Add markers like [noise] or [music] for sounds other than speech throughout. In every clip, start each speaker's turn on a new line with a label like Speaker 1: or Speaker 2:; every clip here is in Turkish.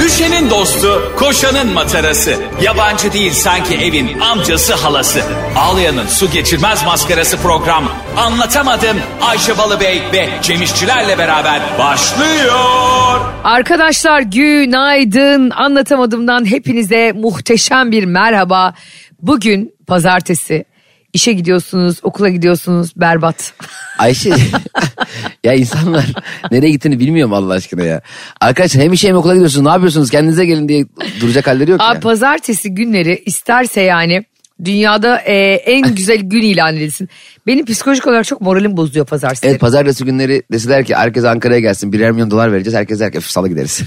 Speaker 1: Düşenin dostu, koşanın matarası. Yabancı değil sanki evin amcası halası. Ağlayanın su geçirmez maskarası program. Anlatamadım Ayşe Balıbey ve Cemişçilerle beraber başlıyor.
Speaker 2: Arkadaşlar günaydın. Anlatamadığımdan hepinize muhteşem bir merhaba. Bugün pazartesi. İşe gidiyorsunuz, okula gidiyorsunuz. Berbat.
Speaker 3: Ayşe [laughs] ya insanlar nereye gittiğini bilmiyorum Allah aşkına ya. Arkadaşlar hem işe hem okula gidiyorsunuz ne yapıyorsunuz kendinize gelin diye duracak halleri yok
Speaker 2: Abi
Speaker 3: ya.
Speaker 2: pazartesi günleri isterse yani dünyada e, en güzel gün ilan edilsin. Benim psikolojik olarak çok moralim bozuluyor pazartesi.
Speaker 3: Evet pazartesi günleri deseler ki herkes Ankara'ya gelsin birer milyon dolar vereceğiz herkes der ki "Öf, salı gideriz.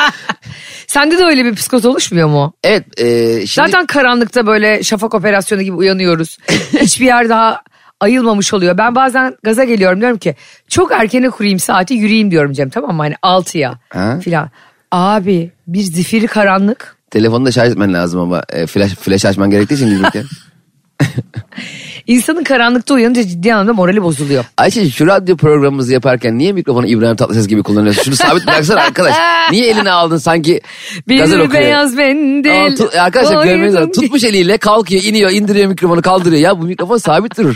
Speaker 3: [laughs]
Speaker 2: Sende de öyle bir psikoz oluşmuyor mu?
Speaker 3: evet e, şimdi
Speaker 2: Zaten karanlıkta böyle şafak operasyonu gibi
Speaker 3: [laughs]
Speaker 2: uyanıyoruz. Hiçbir yer daha ayılmamış oluyor. Ben bazen gaza geliyorum diyorum ki çok erkene kurayım saati yürüyeyim diyorum Cem tamam mı? Hani 6'ya
Speaker 3: Ha?
Speaker 2: filan. Abi bir zifiri karanlık.
Speaker 3: telefonu da şarj etmen lazım ama e, flash, flash açman gerektiği
Speaker 2: [laughs]
Speaker 3: için yürürken.
Speaker 2: İnsanın karanlıkta uyanınca ciddi anlamda morali bozuluyor.
Speaker 3: Ayşe şu radyo programımızı yaparken niye mikrofonu İbrahim Tatlıses gibi kullanıyorsun? Şunu sabit bıraksana
Speaker 2: [laughs]
Speaker 3: arkadaş. Niye eline aldın sanki
Speaker 2: Bir
Speaker 3: gazel okuyor?
Speaker 2: beyaz mendil.
Speaker 3: Ama tu- arkadaşlar görmeniz lazım.
Speaker 2: koydum.
Speaker 3: Tutmuş eliyle kalkıyor, iniyor, indiriyor mikrofonu, kaldırıyor. Ya bu mikrofon sabit durur.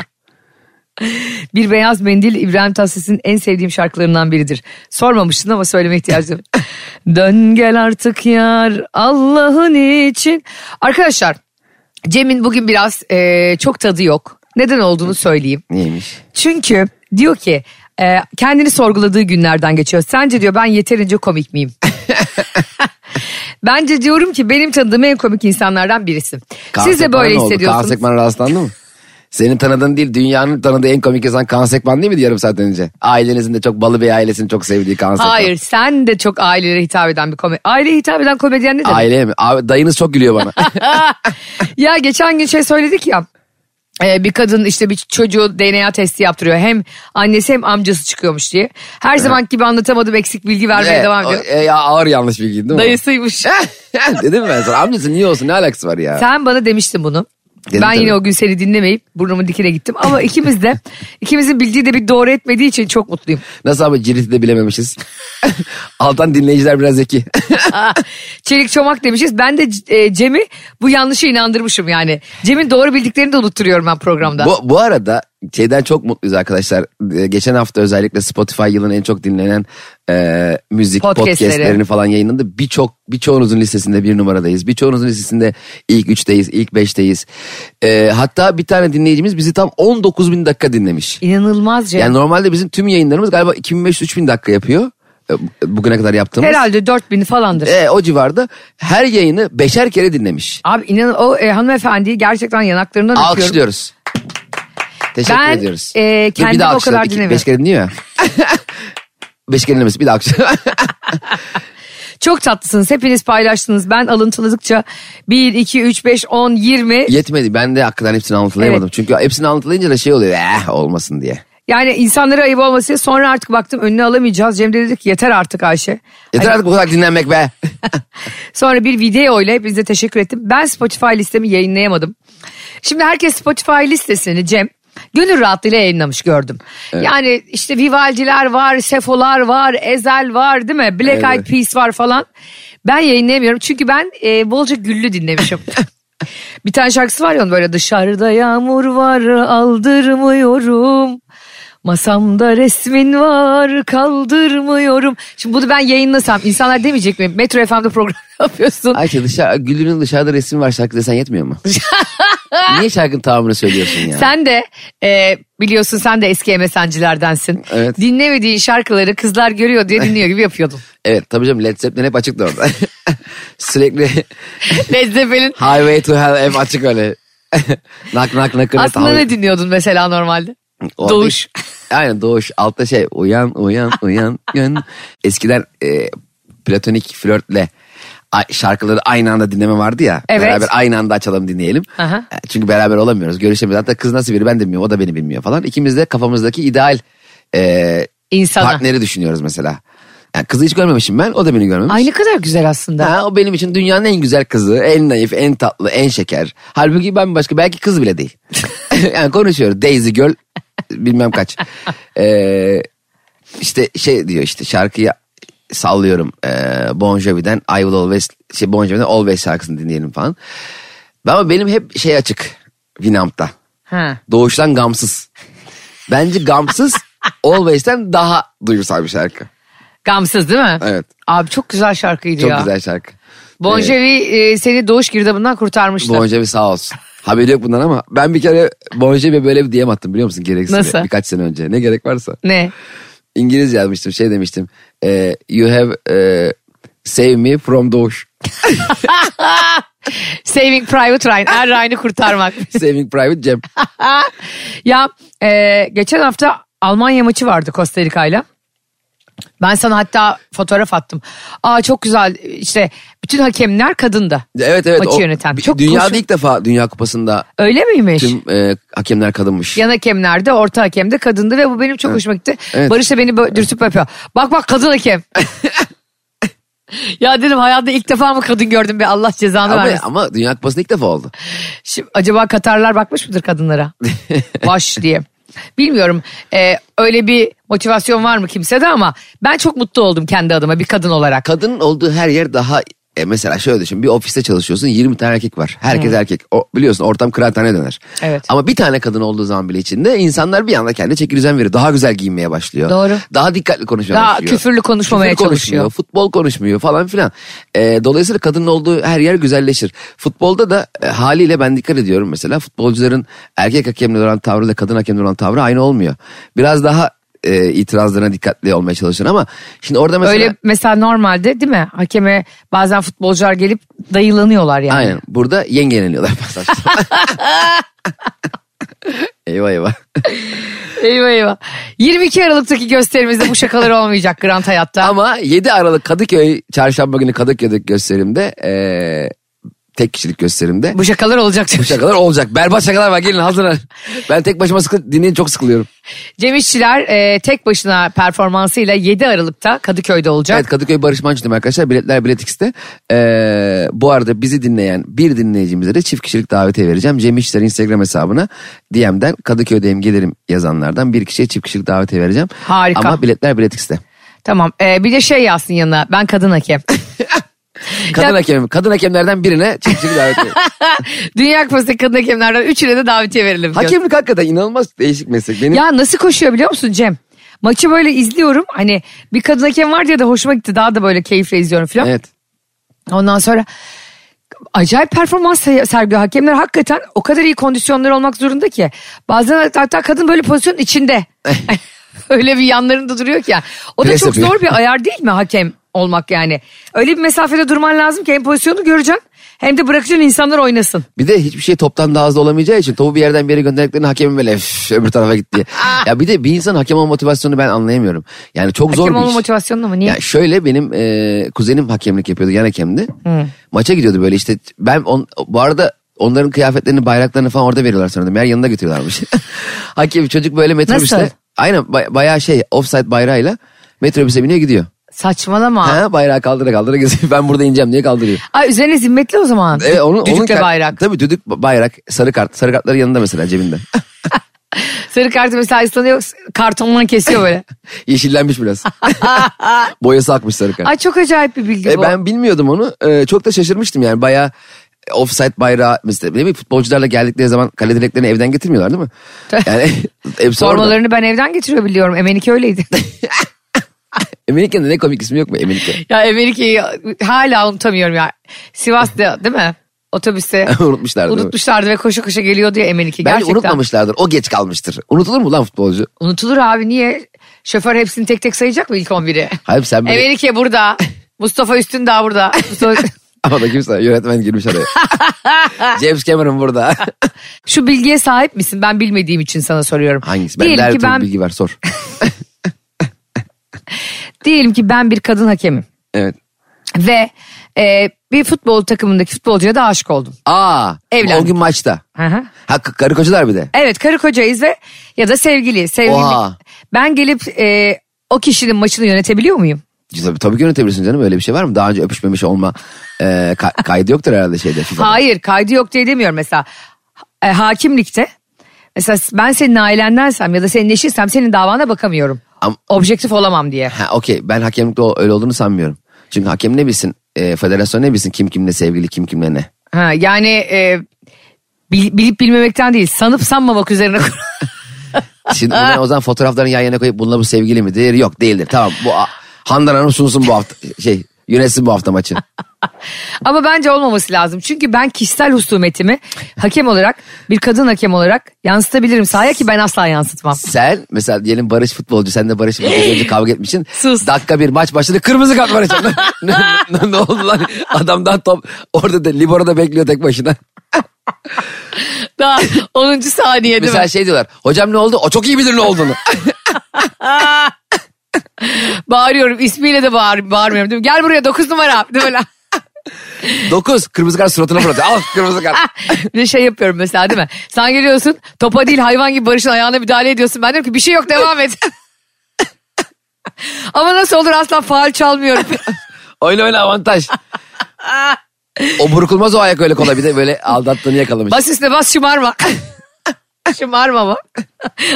Speaker 2: Bir Beyaz Mendil İbrahim Tatlıses'in en sevdiğim şarkılarından biridir. Sormamıştın ama söyleme ihtiyacı yok.
Speaker 3: [laughs]
Speaker 2: Dön gel artık yar Allah'ın için. Arkadaşlar Cem'in bugün biraz eee, çok tadı yok. Neden olduğunu söyleyeyim.
Speaker 3: Neymiş?
Speaker 2: Çünkü diyor ki e, kendini sorguladığı günlerden geçiyor. Sence diyor ben yeterince komik
Speaker 3: [laughs]
Speaker 2: miyim? [laughs] Bence diyorum ki benim tanıdığım en komik insanlardan birisi. Siz de
Speaker 3: Kaan
Speaker 2: böyle
Speaker 3: Sekman ne oldu? Kaan
Speaker 2: hissediyorsunuz.
Speaker 3: Sekman rastlandı mı? Senin tanıdığın değil, dünyanın tanıdığı en komik insan Kaan Sekman değil miydi yarım saat önce? Ailenizin de çok balı bir ailesini çok sevdiği Kaan Sekman.
Speaker 2: Hayır sen de çok ailelere hitap eden bir komedi. Aileye hitap eden komedyen ne demek?
Speaker 3: Aileye mi? Abi, dayınız çok gülüyor [laughs] bana.
Speaker 2: Ya geçen gün şey söyledik ya. e, Bir kadın işte bir çocuğu DNA testi yaptırıyor. Hem annesi hem amcası çıkıyormuş diye. Her zaman gibi anlatamadım eksik bilgi vermeye
Speaker 3: Evet,
Speaker 2: devam
Speaker 3: o-
Speaker 2: ediyor.
Speaker 3: e, ya ağır yanlış bilgi değil mi? [laughs]
Speaker 2: Dayısıymış.
Speaker 3: Dedim ben sana amcası niye olsun ne alakası var ya?
Speaker 2: Sen bana demiştin bunu.
Speaker 3: Dedim
Speaker 2: ben yine
Speaker 3: tabii.
Speaker 2: o gün seni dinlemeyip burnumun dikine gittim. Ama ikimiz
Speaker 3: [laughs]
Speaker 2: de ikimizin bildiği de bir doğru etmediği için çok mutluyum.
Speaker 3: Nasıl abi ciriti de bilememişiz. [laughs] Alttan dinleyiciler biraz zeki.
Speaker 2: Aa, Ah, Çelik çomak demişiz. Ben de e, Cem'i bu yanlışa inandırmışım yani. Cem'in doğru bildiklerini de unutturuyorum ben programda.
Speaker 3: Bu, bu arada şeyden çok mutluyuz arkadaşlar. Ee, geçen hafta özellikle Spotify yılın en çok dinlenen e, müzik
Speaker 2: Podcastleri.
Speaker 3: podcastlerini falan yayınlandı. Birçok birçoğunuzun listesinde bir numaradayız. Birçoğunuzun listesinde ilk üçteyiz, ilk beşteyiz. Ee, hatta bir tane dinleyicimiz bizi tam 19 bin dakika dinlemiş.
Speaker 2: İnanılmaz Cem.
Speaker 3: Yani normalde bizim tüm yayınlarımız galiba 2500-3000 dakika yapıyor. Ee, Bugüne kadar yaptığımız.
Speaker 2: Herhalde 4000 falandır.
Speaker 3: Ee, o civarda her yayını beşer kere dinlemiş.
Speaker 2: Abi inan o e, hanımefendiyi gerçekten yanaklarından öpüyorum.
Speaker 3: Alkışlıyoruz. Teşekkür
Speaker 2: Ben,
Speaker 3: ediyoruz.
Speaker 2: e,
Speaker 3: Dur,
Speaker 2: kendimi
Speaker 3: bir daha
Speaker 2: o
Speaker 3: alkışlayalım.
Speaker 2: kadar
Speaker 3: İki-
Speaker 2: dinlemiyorum.
Speaker 3: Beş kere dinliyor
Speaker 2: [laughs]
Speaker 3: ya. beş kere dinlemesi bir daha alkış.
Speaker 2: Çok tatlısınız. Hepiniz paylaştınız. Ben alıntıladıkça 1, 2, 3, 5, 10, 20.
Speaker 3: Yetmedi ben de hakikaten hepsini anlatılayamadım.
Speaker 2: Evet.
Speaker 3: Çünkü hepsini anlatılayınca da şey oluyor eh olmasın diye.
Speaker 2: Yani insanlara ayıp olmasın diye sonra artık baktım önüne alamayacağız. Cem de dedi ki yeter artık Ayşe. Hani
Speaker 3: Yeter artık bu kadar
Speaker 2: [laughs]
Speaker 3: dinlenmek be.
Speaker 2: Sonra bir video ile hepinize teşekkür ettim. Ben Spotify listemi yayınlayamadım. Şimdi herkes Spotify listesini Cem gönül rahatlığıyla yayınlamış gördüm. Yani işte Vivaldiler var, Sefolar var, Ezel var değil mi? Black
Speaker 3: Evet.
Speaker 2: Eyed Peas var falan. Ben yayınlayamıyorum çünkü ben e, bolca güllü dinlemişim. Bir tane şarkısı var ya onun böyle dışarıda yağmur var aldırmıyorum. Masamda resmin var kaldırmıyorum. Şimdi bunu ben yayınlasam insanlar demeyecek mi? Metro FM'de program [laughs] yapıyorsun.
Speaker 3: Ayşe dışarı, şey, Gülünün dışarıda resmi var şarkı desen
Speaker 2: [laughs]
Speaker 3: yetmiyor mu? Niye şarkının tamamını söylüyorsun ya?
Speaker 2: Sen de e, biliyorsun sen de eski MSN'cilerdensin.
Speaker 3: Evet.
Speaker 2: Dinlemediğin şarkıları kızlar görüyor diye dinliyor gibi yapıyordun.
Speaker 3: Evet tabii canım Led Zeppelin hep açıktı orada. [laughs] Sürekli [laughs]
Speaker 2: Led Zeppelin.
Speaker 3: Highway to Hell hep açık öyle. [laughs] nak nak nak.
Speaker 2: Aslında ne dinliyordun mesela normalde?
Speaker 3: Orada-
Speaker 2: Doğuş.
Speaker 3: [laughs] Aynen doğuş. Altta şey uyan uyan
Speaker 2: [laughs]
Speaker 3: uyan. gün. Eskiden e, platonik flörtle a- şarkıları aynı anda dinleme vardı ya.
Speaker 2: Evet.
Speaker 3: Beraber aynı anda açalım dinleyelim.
Speaker 2: Aha.
Speaker 3: E, Çünkü beraber olamıyoruz. Görüşemiyoruz. Hatta kız nasıl biri ben de bilmiyorum. O da beni bilmiyor falan. İkimiz de kafamızdaki ideal e,
Speaker 2: İnsana.
Speaker 3: partneri düşünüyoruz mesela. Yani kızı hiç görmemişim ben. O da beni görmemiş.
Speaker 2: Ay ne kadar güzel aslında.
Speaker 3: Ha, o benim için dünyanın en güzel kızı, en naif, en tatlı, en şeker. Halbuki ben başka belki kız bile değil. [laughs] yani konuşuyoruz. Daisy Girl bilmem kaç. Ee, işte şey diyor işte şarkıyı sallıyorum. Ee, bon Jovi'den I Will Always, şey Bon Jovi'den Always şarkısını dinleyelim falan. Ama benim hep şey açık Winamp'ta.
Speaker 2: Ha.
Speaker 3: Doğuştan gamsız. Bence gamsız Always'ten daha duygusal bir şarkı.
Speaker 2: Gamsız değil mi?
Speaker 3: Evet.
Speaker 2: Abi çok güzel şarkıydı
Speaker 3: Çok
Speaker 2: ya.
Speaker 3: güzel şarkı.
Speaker 2: Bon Jovi e, seni doğuş girdabından kurtarmıştı.
Speaker 3: Bon Jovi sağ olsun. Haberi yok bundan ama ben bir kere Bon Jovi'ye böyle bir DM attım biliyor musun gereksiz
Speaker 2: Nasıl?
Speaker 3: birkaç sene önce. Ne gerek varsa.
Speaker 2: ne?
Speaker 3: İngilizce yazmıştım şey demiştim. E, you have e, saved me from doğuş.
Speaker 2: Saving Private Ryan. Er Ryan'ı
Speaker 3: [laughs]
Speaker 2: kurtarmak.
Speaker 3: [laughs] Saving Private Cem.
Speaker 2: ya e, geçen hafta Almanya maçı vardı Costa Rica'yla. Ben sana hatta fotoğraf attım. Aa çok güzel işte bütün hakemler kadında.
Speaker 3: Evet evet.
Speaker 2: Maçı yöneten.
Speaker 3: bir-
Speaker 2: Çok
Speaker 3: dünyada
Speaker 2: hoş-
Speaker 3: ilk defa Dünya Kupası'nda
Speaker 2: Öyle miymiş?
Speaker 3: tüm e, hakemler kadınmış.
Speaker 2: Yan hakemler de orta hakem de kadındı ve bu benim çok hoşuma gitti.
Speaker 3: Evet.
Speaker 2: Barış da beni böyle dürtüp öpüyor. Bak bak kadın
Speaker 3: [laughs]
Speaker 2: hakem. ya dedim hayatta ilk defa mı kadın gördüm be Allah cezanı
Speaker 3: Ama,
Speaker 2: vermesin.
Speaker 3: ama Dünya Kupası'nda ilk defa oldu.
Speaker 2: Şimdi acaba Katarlar bakmış mıdır
Speaker 3: [laughs]
Speaker 2: kadınlara? Baş diye. Bilmiyorum Ee, öyle bir motivasyon var mı kimsede ama ben çok mutlu oldum kendi adıma bir kadın olarak.
Speaker 3: Kadının olduğu her yer daha e, mesela şöyle düşün bir ofiste çalışıyorsun 20 tane erkek var. Herkes erkek. O, biliyorsun ortam kıraathane döner.
Speaker 2: Evet.
Speaker 3: Ama bir tane kadın olduğu zaman bile içinde insanlar bir anda kendine çeki düzen veriyor. Daha güzel giyinmeye başlıyor.
Speaker 2: Doğru.
Speaker 3: Daha dikkatli konuşmaya
Speaker 2: Daha
Speaker 3: başlıyor.
Speaker 2: küfürlü konuşmamaya
Speaker 3: konuşmuyor,
Speaker 2: çalışıyor.
Speaker 3: Futbol konuşmuyor falan filan. E, dolayısıyla kadının olduğu her yer güzelleşir. Futbolda da e, haliyle ben dikkat ediyorum mesela futbolcuların erkek hakemle olan tavrı da kadın hakemle olan tavrı aynı olmuyor. Biraz daha e, itirazlarına dikkatli olmaya çalışın ama şimdi orada mesela...
Speaker 2: Öyle mesela normalde değil mi hakeme bazen futbolcular gelip dayılanıyorlar yani.
Speaker 3: Aynen. Burada yengeleniyorlar pasajda. [laughs] eyvah eyvah.
Speaker 2: Eyvah eyvah. 22 Aralık'taki gösterimizde bu şakalar olmayacak Grant Hayat'ta.
Speaker 3: Ama 7 Aralık Kadıköy çarşamba günü Kadıköy'deki gösterimde eee, tek kişilik gösterimde
Speaker 2: bu şakalar olacak.
Speaker 3: bu şakalar olacak. Berbat şakalar var gelin hazırlan. Ben tek başıma sıkı, dinleyin çok sıkılıyorum.
Speaker 2: Cem İşçiler e, tek başına performansıyla 7 Aralık'ta Kadıköy'de olacak.
Speaker 3: Evet Kadıköy Barış Manço'dayım arkadaşlar. Biletler Bilet X'te. Eee, bu arada bizi dinleyen bir dinleyicimize de çift kişilik davetiye vereceğim. Cem İşçiler Instagram hesabına DM'den Kadıköy'deyim gelirim yazanlardan bir kişiye çift kişilik davetiye vereceğim.
Speaker 2: Harika.
Speaker 3: Ama biletler Bilet X'te.
Speaker 2: Tamam e, bir de şey yazsın yanına ben kadın hakem.
Speaker 3: Kadın
Speaker 2: Ya-
Speaker 3: hakem, kadın hakemlerden birine çiftçilik
Speaker 2: [laughs]
Speaker 3: davet ediyor. [laughs]
Speaker 2: Dünya Kupası'nda kadın hakemlerden üçüne de davetiye verelim. diyor.
Speaker 3: Hakemlik hakikaten inanılmaz değişik meslek. Benim
Speaker 2: Ya nasıl koşuyor biliyor musun Cem? Maçı böyle izliyorum hani bir kadın hakem var diye de hoşuma gitti daha da böyle keyifle izliyorum falan.
Speaker 3: evet.
Speaker 2: Ondan sonra acayip performans se- sergiliyor hakemler. Hakikaten o kadar iyi kondisyonları olmak zorunda ki. Bazen hatta kadın böyle pozisyonun
Speaker 3: [laughs]
Speaker 2: içinde. Hani Öyle bir yanlarında duruyor ki. ya. O da
Speaker 3: Pres
Speaker 2: çok
Speaker 3: yapıyor.
Speaker 2: zor bir ayar değil mi hakem olmak yani? Öyle bir mesafede durman lazım ki hem pozisyonu göreceksin hem de bırakacaksın insanlar oynasın.
Speaker 3: Bir de hiçbir şey toptan daha hızlı olamayacağı için topu bir yerden bir yere gönderdiklerini hakemin böyle "Üf, öbür
Speaker 2: [laughs]
Speaker 3: tarafa gitti.
Speaker 2: Ah.
Speaker 3: ya bir de bir insan hakem olma motivasyonunu ben anlayamıyorum. Yani çok zor
Speaker 2: hakem
Speaker 3: bir
Speaker 2: olma
Speaker 3: iş.
Speaker 2: motivasyonu mu? Niye?
Speaker 3: Ya şöyle benim e, kuzenim hakemlik yapıyordu yan hakemdi. Maça gidiyordu böyle işte ben on, bu arada onların kıyafetlerini bayraklarını falan orada veriyorlar sanırım. Meğer yanında götürüyorlarmış. [laughs] Hakem çocuk böyle metrobüste.
Speaker 2: Nasıl?
Speaker 3: Aynen ba- bayağı şey offside bayrağıyla metrobüse biniyor gidiyor.
Speaker 2: Saçmalama.
Speaker 3: Ha, bayrağı kaldıra kaldıra geziyor. [laughs] Ben burada ineceğim diye kaldırıyor.
Speaker 2: Ay üzerine zimmetli o zaman.
Speaker 3: Evet, onun,
Speaker 2: Düdükle
Speaker 3: onun kar-
Speaker 2: bayrak.
Speaker 3: Tabii düdük bayrak sarı kart. Sarı kartları yanında mesela cebinde. [laughs]
Speaker 2: Sarı kartı mesela ıslanıyor kartondan kesiyor
Speaker 3: [laughs]
Speaker 2: böyle. [laughs]
Speaker 3: Yeşillenmiş biraz. Boyası akmış sarı kart.
Speaker 2: Ay çok acayip bir bilgi
Speaker 3: E,
Speaker 2: bu.
Speaker 3: ben bilmiyordum onu. E, çok da şaşırmıştım yani bayağı offside bayrağı mesela değil mi? Futbolcularla geldikleri zaman kale direklerini evden getirmiyorlar değil mi? Yani [laughs] hepsi orada.
Speaker 2: Formalarını ben evden getiriyor biliyorum. Emenike
Speaker 3: [laughs]
Speaker 2: öyleydi. [laughs]
Speaker 3: Emenike'nin ne komik ismi yok mu Emenike?
Speaker 2: ya Emenike'yi hala unutamıyorum ya. Sivas'ta değil mi? Otobüste
Speaker 3: [laughs] Unutmuşlardı, değil mi?
Speaker 2: Unutmuşlardı ve koşa koşa geliyordu ya Emenike.
Speaker 3: Bence
Speaker 2: Gerçekten.
Speaker 3: unutmamışlardır. O geç kalmıştır. Unutulur mu lan futbolcu?
Speaker 2: Unutulur abi niye? Şoför hepsini tek tek sayacak mı ilk
Speaker 3: [laughs]
Speaker 2: 11'i?
Speaker 3: Hayır sen böyle...
Speaker 2: Emenike burada.
Speaker 3: [laughs]
Speaker 2: Mustafa Üstündağ burada. Mustafa-
Speaker 3: Ama da kimse yönetmen
Speaker 2: [laughs]
Speaker 3: girmiş araya. James Cameron burada.
Speaker 2: Şu bilgiye sahip misin? Ben bilmediğim için sana soruyorum.
Speaker 3: Hangisi? Ben
Speaker 2: Diyelim
Speaker 3: de her
Speaker 2: ki
Speaker 3: türlü
Speaker 2: ben,
Speaker 3: bilgi var sor.
Speaker 2: diyelim ki ben bir kadın hakemim.
Speaker 3: Evet.
Speaker 2: Ve e, bir futbol takımındaki futbolcuya da aşık oldum.
Speaker 3: Aa.
Speaker 2: Evlendik.
Speaker 3: O gün maçta.
Speaker 2: Hı hı.
Speaker 3: Ha k- karı kocalar bir de.
Speaker 2: Evet karı kocayız ve ya da sevgili. sevgili.
Speaker 3: Oha.
Speaker 2: Ben gelip e, o kişinin maçını yönetebiliyor muyum?
Speaker 3: Tabii, tabii ki yönetebilirsin canım öyle bir şey var mı? Daha önce öpüşmemiş olma e,
Speaker 2: [laughs]
Speaker 3: ka- kaydı yoktur herhalde şeyde. FIFA'da.
Speaker 2: Hayır kaydı yok diye demiyorum mesela. E, hakimlikte mesela ben senin ailendensem ya da senin eşinsem senin davana bakamıyorum.
Speaker 3: Am-
Speaker 2: Objektif olamam diye.
Speaker 3: Ha okey ben hakemlikte o- öyle olduğunu sanmıyorum. Çünkü hakem ne bilsin? E, federasyon ne bilsin? Kim kimle sevgili kim kimle ne?
Speaker 2: Ha, yani e, bil- bilip bilmemekten değil sanıp sanmamak üzerine kur-
Speaker 3: Şimdi
Speaker 2: [laughs]
Speaker 3: bunlar o zaman fotoğraflarını yan yana koyup bununla bu sevgili midir? Yok değildir. Tamam bu a- Handan Hanım sunsun bu hafta şey yönetsin bu hafta maçı.
Speaker 2: Ama bence olmaması lazım. Çünkü ben kişisel husumetimi hakem olarak bir kadın hakem olarak yansıtabilirim sahaya ki ben asla yansıtmam.
Speaker 3: Sen mesela diyelim Barış futbolcu sen de Barış futbolcu
Speaker 2: [laughs]
Speaker 3: önce kavga etmişsin.
Speaker 2: Sus.
Speaker 3: Dakika bir maç başladı kırmızı kart Barış.
Speaker 2: [laughs]
Speaker 3: ne, ne- ne oldu lan adamdan top orada da Libero'da bekliyor tek başına.
Speaker 2: [laughs] Daha 10. saniye değil mi?
Speaker 3: Mesela şey diyorlar hocam ne oldu o çok iyi bilir
Speaker 2: [laughs]
Speaker 3: ne olduğunu.
Speaker 2: Bağırıyorum ismiyle de bağır, bağırmıyorum değil mi? Gel buraya 9 numara değil mi? lan?
Speaker 3: 9 kırmızı kart suratına fırlatıyor al kırmızı kart.
Speaker 2: [laughs] bir de şey yapıyorum mesela değil mi? Sen geliyorsun topa değil hayvan gibi Barış'ın ayağına müdahale ediyorsun. Ben diyorum ki bir şey yok devam et. [laughs] Ama nasıl olur asla faal çalmıyorum. [laughs]
Speaker 3: oyna oyna avantaj. o burkulmaz o ayak öyle kolay bir de böyle aldattığını yakalamış.
Speaker 2: Bas üstüne bas şımarma. [laughs] şımarma bak.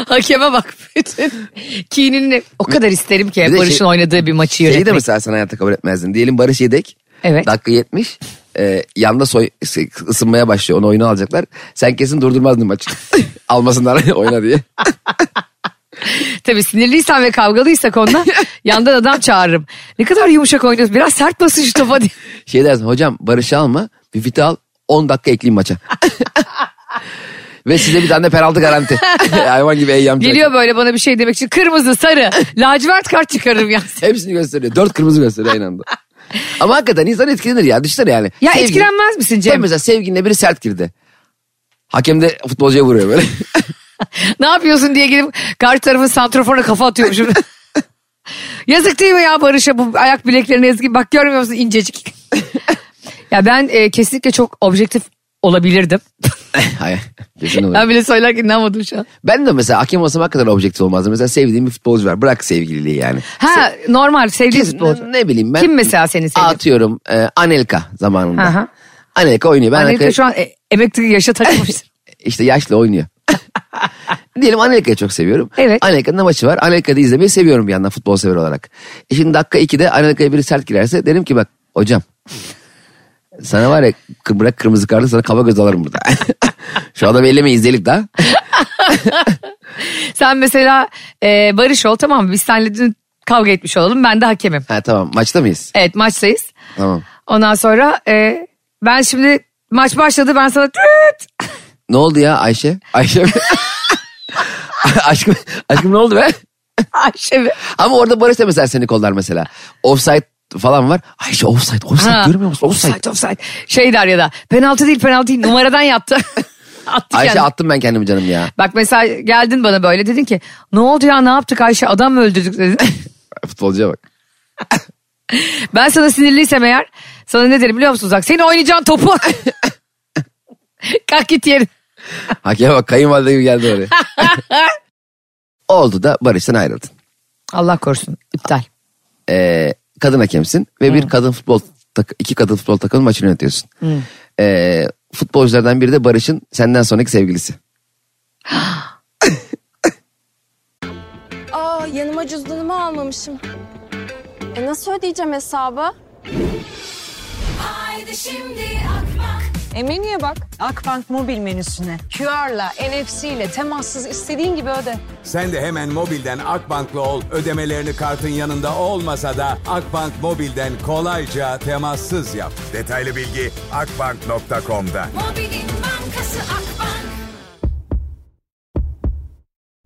Speaker 2: Hakeme bak. Bütün kinini o kadar isterim ki
Speaker 3: Bir de
Speaker 2: Barış'ın
Speaker 3: şey-
Speaker 2: oynadığı bir maçı
Speaker 3: Şeyi
Speaker 2: yönetmek.
Speaker 3: de mesela sen hayatta kabul etmezdin. Diyelim Barış Yedek.
Speaker 2: Evet.
Speaker 3: Dakika 70. E, yanda soy ısınmaya başlıyor. Onu oyuna alacaklar. Sen kesin durdurmazdın maçı. [laughs] Almasınlar [laughs] oyna diye.
Speaker 2: Tabii sinirliysen ve kavgalıysak
Speaker 3: [laughs]
Speaker 2: ondan yandan adam çağırırım. Ne kadar yumuşak oynuyorsun. Biraz sert basın şu
Speaker 3: [laughs]
Speaker 2: topa diye.
Speaker 3: Şey dersin hocam Barış'ı alma. Fifit'i al. 10 dakika ekleyeyim maça. [laughs] Ve size bir tane de penaltı garanti. [laughs] Hayvan gibi eyyam.
Speaker 2: Geliyor böyle bana bir şey demek için. Kırmızı, sarı, lacivert kart çıkarırım ya.
Speaker 3: Hepsini gösteriyor. Dört kırmızı gösteriyor
Speaker 2: [laughs]
Speaker 3: aynı anda. Ama hakikaten insan etkilenir ya. Düşünsene yani.
Speaker 2: Ya
Speaker 3: Sevgili-
Speaker 2: etkilenmez misin
Speaker 3: Tabii
Speaker 2: Cem?
Speaker 3: mesela sevgilinle biri sert girdi. Hakem de futbolcuya vuruyor böyle. [laughs]
Speaker 2: ne yapıyorsun diye gidip karşı tarafın santraforuna kafa atıyormuşum.
Speaker 3: [laughs]
Speaker 2: Yazık değil mi ya Barış'a bu ayak bileklerine yazık ki bak görmüyor musun
Speaker 3: [laughs]
Speaker 2: incecik. ya ben e, kesinlikle çok objektif olabilirdim.
Speaker 3: Hayır. Kesin olur.
Speaker 2: Ben bile söylerken inanmadım şu an.
Speaker 3: Ben de mesela hakem olsam hakikaten objektif olmazdım. Mesela sevdiğim bir futbolcu var. Bırak sevgililiği yani.
Speaker 2: Ha normal sevdiğin
Speaker 3: Kim-
Speaker 2: futbolcu.
Speaker 3: Ne, ne bileyim ben.
Speaker 2: Kim mesela seni sevdiğin?
Speaker 3: Atıyorum e, Anelka zamanında.
Speaker 2: Aha.
Speaker 3: Anelka oynuyor. Ben
Speaker 2: Amerika
Speaker 3: Anelka'yı-
Speaker 2: şu an e, emekli yaşa
Speaker 3: [laughs]
Speaker 2: takılmış.
Speaker 3: İşte
Speaker 2: [laughs]
Speaker 3: yaşlı oynuyor. Diyelim Anelka'yı çok seviyorum.
Speaker 2: Evet.
Speaker 3: Anelka'nın da maçı var. Anelka'yı da izlemeyi seviyorum bir yandan futbol sever olarak. E şimdi dakika 2'de Anelka'ya biri sert girerse derim ki bak hocam sana var ya kı- bırak kırmızı kartı sana kaba göz alırım burada. [laughs] Şu adamı ellemeyi izleyelim daha.
Speaker 2: Sen mesela e, Barış ol tamam mı? Biz seninle dün kavga etmiş olalım. Ben de hakemim.
Speaker 3: Ha tamam maçta mıyız?
Speaker 2: Evet maçtayız.
Speaker 3: Tamam.
Speaker 2: Ondan sonra e, ben şimdi maç başladı ben sana tüt
Speaker 3: Ne oldu ya Ayşe? Ayşe [laughs] aşkım, aşkım ne oldu be?
Speaker 2: Ayşe mi?
Speaker 3: Ama orada Barış da mesela seni kollar mesela. Offside falan var. Ayşe offside, offside
Speaker 2: Ha.
Speaker 3: görmüyor musun? Offside.
Speaker 2: Offside, offside. Şey der ya da penaltı değil penaltı değil numaradan yaptı. [laughs] Attı
Speaker 3: Ayşe
Speaker 2: kendini.
Speaker 3: attım ben kendimi canım ya.
Speaker 2: Bak mesela geldin bana böyle dedin ki ne oldu ya ne yaptık Ayşe adam mı öldürdük dedin.
Speaker 3: [laughs]
Speaker 2: [laughs]
Speaker 3: Futbolcuya bak.
Speaker 2: ben sana sinirliysem eğer sana ne derim biliyor musun Zak? Senin oynayacağın topu. [laughs] Kalk git yerin.
Speaker 3: Hakeme bak kayınvalide gibi geldi
Speaker 2: [laughs]
Speaker 3: oraya. Oldu da Barış'tan ayrıldın.
Speaker 2: Allah korusun iptal.
Speaker 3: Ee, kadın hakemsin ve bir kadın futbol tak- iki kadın futbol takımının maçını yönetiyorsun. Ee, futbolculardan biri de Barış'ın senden sonraki sevgilisi.
Speaker 4: Aa yanıma cüzdanımı almamışım. E nasıl ödeyeceğim hesabı?
Speaker 5: Haydi şimdi akmak
Speaker 4: Emeniye bak.
Speaker 5: Akbank mobil menüsüne QR'la, NFC ile temassız istediğin gibi öde.
Speaker 6: Sen de hemen mobilden Akbank'la ol. Ödemelerini kartın yanında olmasa da Akbank mobilden kolayca temassız yap.
Speaker 7: Detaylı bilgi akbank.com'da.
Speaker 8: Mobilin bankası Akbank.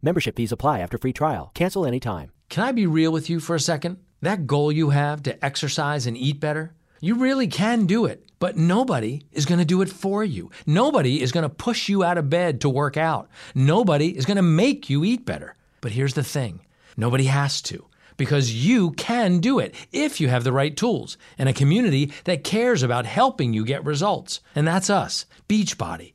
Speaker 9: Membership fees apply after free trial. Cancel any time.
Speaker 10: Can I be real with you for a second? That goal you have to exercise and eat better, you really can do it, but nobody is going to do it for you. Nobody is going to push you out of bed to work out. Nobody is going to make you eat better. But here's the thing nobody has to. Because you can do it if you have the right tools and a community that cares about helping you get results. And that's us, Beachbody.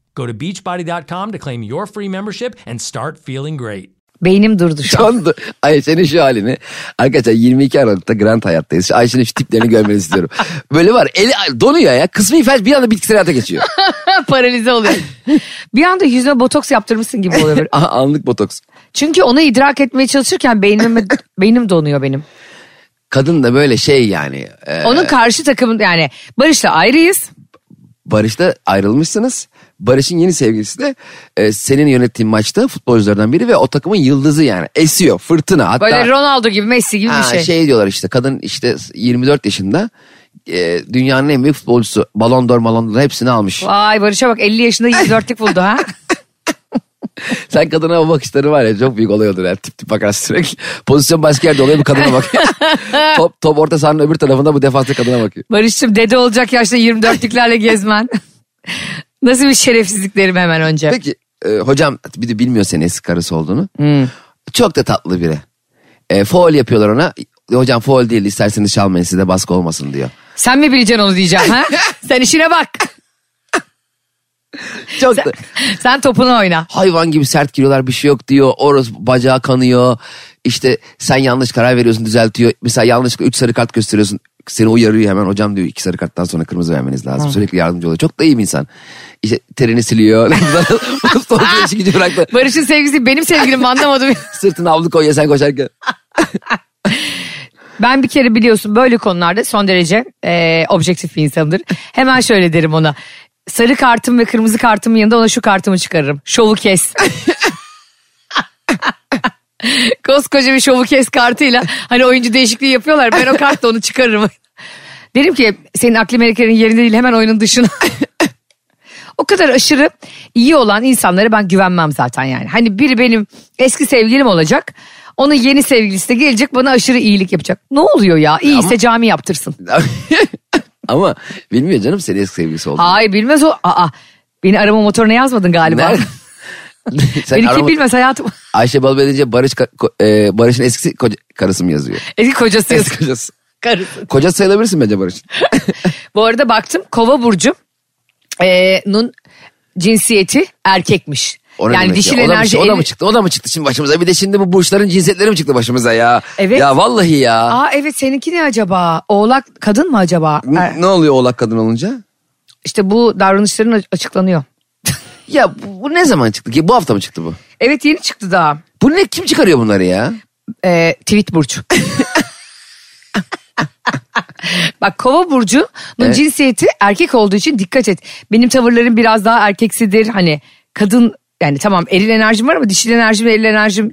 Speaker 10: Go to beachbody.com to claim your free membership and start feeling great.
Speaker 2: Beynim durdu şu an.
Speaker 3: Tam da- Ay senin şu halini. Arkadaşlar 22 Aralık'ta Grand Hayat'tayız. Şu Ayşe'nin şu tiplerini görmeni istiyorum. Böyle var eli donuyor ya. Kısmi felç bir anda bitkisel hayata geçiyor.
Speaker 2: [laughs] Paralize oluyor. bir anda yüzüme botoks yaptırmışsın gibi
Speaker 3: [laughs]
Speaker 2: oluyor. böyle.
Speaker 3: Aha, Anlık botoks.
Speaker 2: Çünkü onu idrak etmeye çalışırken beynim, beynim donuyor benim.
Speaker 3: Kadın da böyle şey yani. e,
Speaker 2: Onun karşı takımın yani Barış'la ayrıyız.
Speaker 3: Barış'ta ayrılmışsınız. Barış'ın yeni sevgilisi de e, senin yönettiğin maçta futbolculardan biri ve o takımın yıldızı yani. Esiyor fırtına. Hatta
Speaker 2: Böyle Ronaldo gibi Messi gibi
Speaker 3: Ha,
Speaker 2: bir şey.
Speaker 3: diyorlar işte kadın işte 24 yaşında e, dünyanın en büyük futbolcusu. Ballon d'Or, Ballon d'Or hepsini almış.
Speaker 2: Vay Barış'a bak 50 yaşında 104'lük buldu
Speaker 3: [laughs]
Speaker 2: ha.
Speaker 3: Sen kadına o bakışları var ya çok büyük olay olur. Yani. Tip tip bakarsın sürekli. Pozisyon başka yerde oluyor bu kadına bakıyor. top, top orta sahanın öbür tarafında bu defansta kadına bakıyor.
Speaker 2: Barış'cığım dede olacak yaşta 24'lüklerle gezmen. [laughs] Nasıl bir şerefsizlik derim hemen önce.
Speaker 3: Peki e, hocam bir de bilmiyor senin eski karısı olduğunu. Çok da tatlı biri. E, foul yapıyorlar ona. Hocam foul değil isterseniz çalmayın size baskı olmasın diyor.
Speaker 2: Sen mi bileceksin onu diyeceğim
Speaker 3: [laughs]
Speaker 2: ha? Sen işine bak.
Speaker 3: Çok da-
Speaker 2: Sen topunu oyna.
Speaker 3: hayvan gibi sert giriyorlar bir şey yok diyor. Orası bacağı kanıyor. İşte sen yanlış karar veriyorsun düzeltiyor. Mesela yanlışlıkla 3 sarı kart gösteriyorsun. Seni uyarıyor hemen hocam diyor iki sarı karttan sonra kırmızı vermeniz lazım. Sürekli yardımcı oluyor. Çok da iyi bir insan. İşte terini siliyor. [laughs] Sonra ikinci bıraktı.
Speaker 2: Barış'ın sevgisi benim sevgilim anlamadım.
Speaker 3: Sırtına avlu koyuyor sen koşarken. [laughs]
Speaker 2: Ben bir kere biliyorsun böyle konularda son derece e, objektif bir insanımdır. Hemen şöyle derim ona. Sarı kartım ve kırmızı kartımın yanında ona şu kartımı çıkarırım. Şovu kes. [laughs] Koskoca bir şovu kes kartıyla hani oyuncu değişikliği yapıyorlar. Ben o kartla onu çıkarırım. Derim ki senin akli meleklerin yerinde değil hemen oyunun dışına. [laughs] o kadar aşırı iyi olan insanlara ben güvenmem zaten yani. Hani biri benim eski sevgilim olacak. Onun yeni sevgilisi de gelecek bana aşırı iyilik yapacak. Ne oluyor ya? İyiyse cami yaptırsın.
Speaker 3: Ama bilmiyor canım senin eski sevgilisi oldu.
Speaker 2: Hayır bilmez o. Aa, beni arama motoruna yazmadın galiba. [laughs]
Speaker 3: Nerede? sen
Speaker 2: Beni kim
Speaker 3: arama-
Speaker 2: bilmez hayatım. [laughs]
Speaker 3: Ayşe Balıbey deyince Barış, ka- ko- e, Barış'ın eski koca- karısı mı yazıyor?
Speaker 2: Eski kocası yazık.
Speaker 3: Eski kocası.
Speaker 2: Karısı.
Speaker 3: Kocası sayılabilirsin bence Barış'ın.
Speaker 2: Bu arada baktım kova burcu e, nun cinsiyeti erkekmiş.
Speaker 3: O ne
Speaker 2: yani
Speaker 3: demek
Speaker 2: dişil
Speaker 3: ya? O da mı-
Speaker 2: enerji
Speaker 3: O da
Speaker 2: eli-
Speaker 3: mı çıktı? O da mı çıktı şimdi başımıza? Bir de şimdi bu burçların cinsiyetleri mi çıktı başımıza ya?
Speaker 2: Evet.
Speaker 3: Ya vallahi ya.
Speaker 2: Aa evet seninki ne acaba? Oğlak kadın mı acaba? Er-
Speaker 3: N- ne oluyor oğlak kadın olunca?
Speaker 2: İşte bu davranışların a- açıklanıyor.
Speaker 3: Ya bu, bu ne zaman çıktı ki? Bu hafta mı çıktı bu?
Speaker 2: Evet yeni çıktı daha.
Speaker 3: Bu ne? Kim çıkarıyor bunları ya?
Speaker 2: Ee, tweet
Speaker 3: [laughs]
Speaker 2: burcu. Bak kova burcunun cinsiyeti erkek olduğu için dikkat et. Benim tavırlarım biraz daha erkeksidir. Hani kadın yani tamam eril enerjim var ama dişil enerjim ve eril enerjim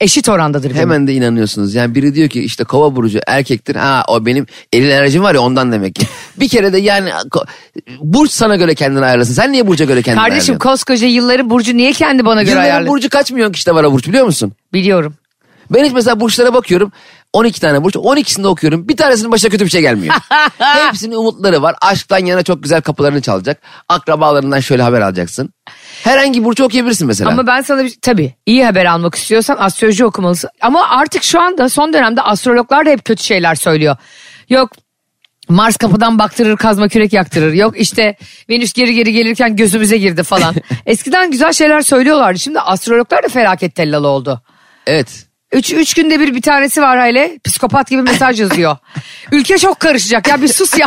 Speaker 2: eşit orandadır benim.
Speaker 3: Hemen de inanıyorsunuz. Yani biri diyor ki işte kova burcu erkektir. Ha o benim eril enerjim var ya ondan
Speaker 2: [laughs]
Speaker 3: demek ki. Bir kere de yani ko- burç sana göre kendini ayarlasın. Sen niye burca göre kendini
Speaker 2: Kardeşim
Speaker 3: ayarlıyorsun?
Speaker 2: koskoca yılları burcu niye kendi bana göre
Speaker 3: Yılların
Speaker 2: ayarladı?
Speaker 3: burcu kaç milyon kişi de var o burç biliyor musun?
Speaker 2: Biliyorum.
Speaker 3: Ben hiç mesela burçlara bakıyorum. 12 tane burç. 12'sini de okuyorum. Bir tanesinin başına kötü bir şey gelmiyor. Hepsinin umutları var. Aşktan yana çok güzel kapılarını çalacak. Akrabalarından şöyle haber alacaksın. Herhangi burcu okuyabilirsin mesela.
Speaker 2: Ama ben sana bir, şey- tabii iyi haber almak istiyorsan astroloji okumalısın. Ama artık şu anda son dönemde astrologlar da hep kötü şeyler söylüyor. Yok Mars kapıdan baktırır kazma kürek yaktırır. Yok işte Venüs geri geri gelirken gözümüze girdi falan. Eskiden güzel şeyler söylüyorlardı. Şimdi astrologlar da felaket tellal oldu.
Speaker 3: Evet.
Speaker 2: Üç, üç günde bir bir tanesi var hele psikopat gibi mesaj yazıyor. Ülke çok karışacak ya bir sus ya.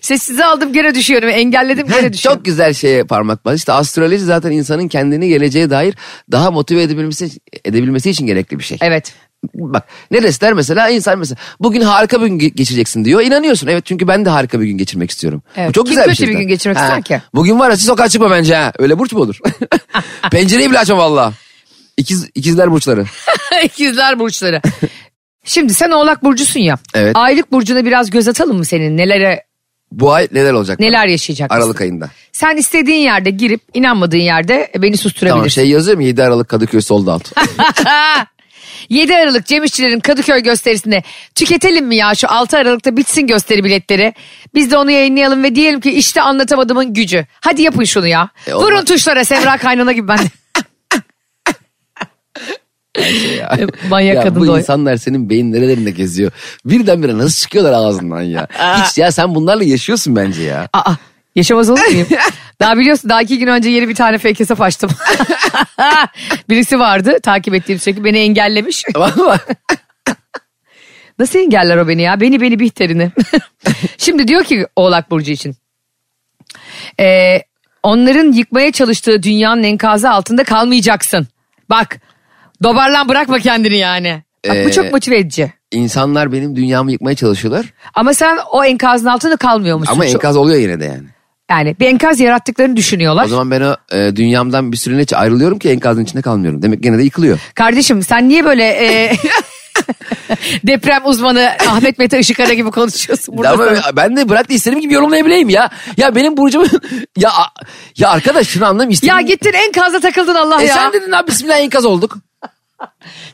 Speaker 2: Sessize aldım gene düşüyorum engelledim gene düşüyorum.
Speaker 3: Çok güzel şeye parmak bas. İşte astroloji zaten insanın kendini geleceğe dair daha motive edebilmesi, edebilmesi için gerekli bir şey.
Speaker 2: Evet.
Speaker 3: Bak ne der mesela insan mesela bugün harika bir gün ge- geçireceksin diyor. İnanıyorsun evet çünkü ben de harika bir gün geçirmek istiyorum.
Speaker 2: Evet,
Speaker 3: Bu çok
Speaker 2: kim
Speaker 3: güzel bir
Speaker 2: kötü
Speaker 3: şey.
Speaker 2: bir
Speaker 3: zaten.
Speaker 2: gün geçirmek
Speaker 3: Ha,
Speaker 2: ister ki?
Speaker 3: Bugün var ya siz sokağa çıkma bence ha. Öyle burç
Speaker 2: [laughs]
Speaker 3: mu olur? Pencereyi bile açma valla. İkiz, ikizler burçları.
Speaker 2: [laughs] İkizler burçları. Şimdi sen oğlak burcusun ya.
Speaker 3: Evet.
Speaker 2: Aylık burcuna biraz göz atalım mı senin nelere
Speaker 3: Bu ay neler olacak?
Speaker 2: neler yaşayacak?
Speaker 3: Aralık ayında.
Speaker 2: Sen istediğin yerde girip inanmadığın yerde beni
Speaker 3: Tamam
Speaker 2: susturabilirsin.
Speaker 3: şey yazıyor mu 7 Aralık Kadıköy
Speaker 2: [laughs]
Speaker 3: sold out.
Speaker 2: 7 Aralık Cem İşçilerin Kadıköy gösterisinde tüketelim mi ya şu 6 Aralık'ta bitsin gösteri biletleri. Biz de onu yayınlayalım ve diyelim ki işte anlatamadığımın gücü. Hadi yapın şunu ya.
Speaker 3: E, olmaz.
Speaker 2: Vurun tuşlara Semra Kaynana gibi
Speaker 3: [laughs]
Speaker 2: ben. Manyak
Speaker 3: ya
Speaker 2: kadın
Speaker 3: bu
Speaker 2: da o.
Speaker 3: insanlar senin beyin nerelerinde geziyor. Birdenbire nasıl çıkıyorlar ağzından ya.
Speaker 2: [laughs]
Speaker 3: Hiç ya sen bunlarla yaşıyorsun bence ya.
Speaker 2: Aa, yaşamaz olur
Speaker 3: [laughs]
Speaker 2: muyum? daha biliyorsun daha iki gün önce yeni bir tane fake hesap açtım. Birisi vardı takip ettiğim sürekli beni engellemiş.
Speaker 3: [laughs] Vallahi.
Speaker 2: Nasıl engeller o beni ya? Beni beni bihterini. [laughs] Şimdi diyor ki Oğlak Burcu için. Ee, onların yıkmaya çalıştığı dünyanın enkazı altında kalmayacaksın. Bak dobarlan bırakma kendini yani. Bak, bu
Speaker 3: Ee,
Speaker 2: çok motive edici.
Speaker 3: İnsanlar benim dünyamı yıkmaya çalışıyorlar.
Speaker 2: Ama sen o enkazın altında kalmıyormuşsun.
Speaker 3: Ama
Speaker 2: Şu-
Speaker 3: enkaz oluyor yine de yani.
Speaker 2: Yani bir enkaz yarattıklarını düşünüyorlar.
Speaker 3: O zaman ben o e, dünyamdan bir süreliğine hiç ayrılıyorum ki enkazın içinde kalmıyorum. Demek gene
Speaker 2: [laughs]
Speaker 3: de yıkılıyor.
Speaker 2: Kardeşim sen niye böyle
Speaker 3: [laughs]
Speaker 2: e, deprem uzmanı Ahmet Mete Işıkara gibi konuşuyorsun burada?
Speaker 3: Ama
Speaker 2: sana?
Speaker 3: ben- ben de bırak da istediğim gibi yorumlayabileyim ya. Ya benim burcumun... [laughs] ya ya arkadaş şunu anlam
Speaker 2: Ya gittin enkaza takıldın Allah
Speaker 3: E
Speaker 2: ya.
Speaker 3: sen dedin abi bismillah enkaz olduk.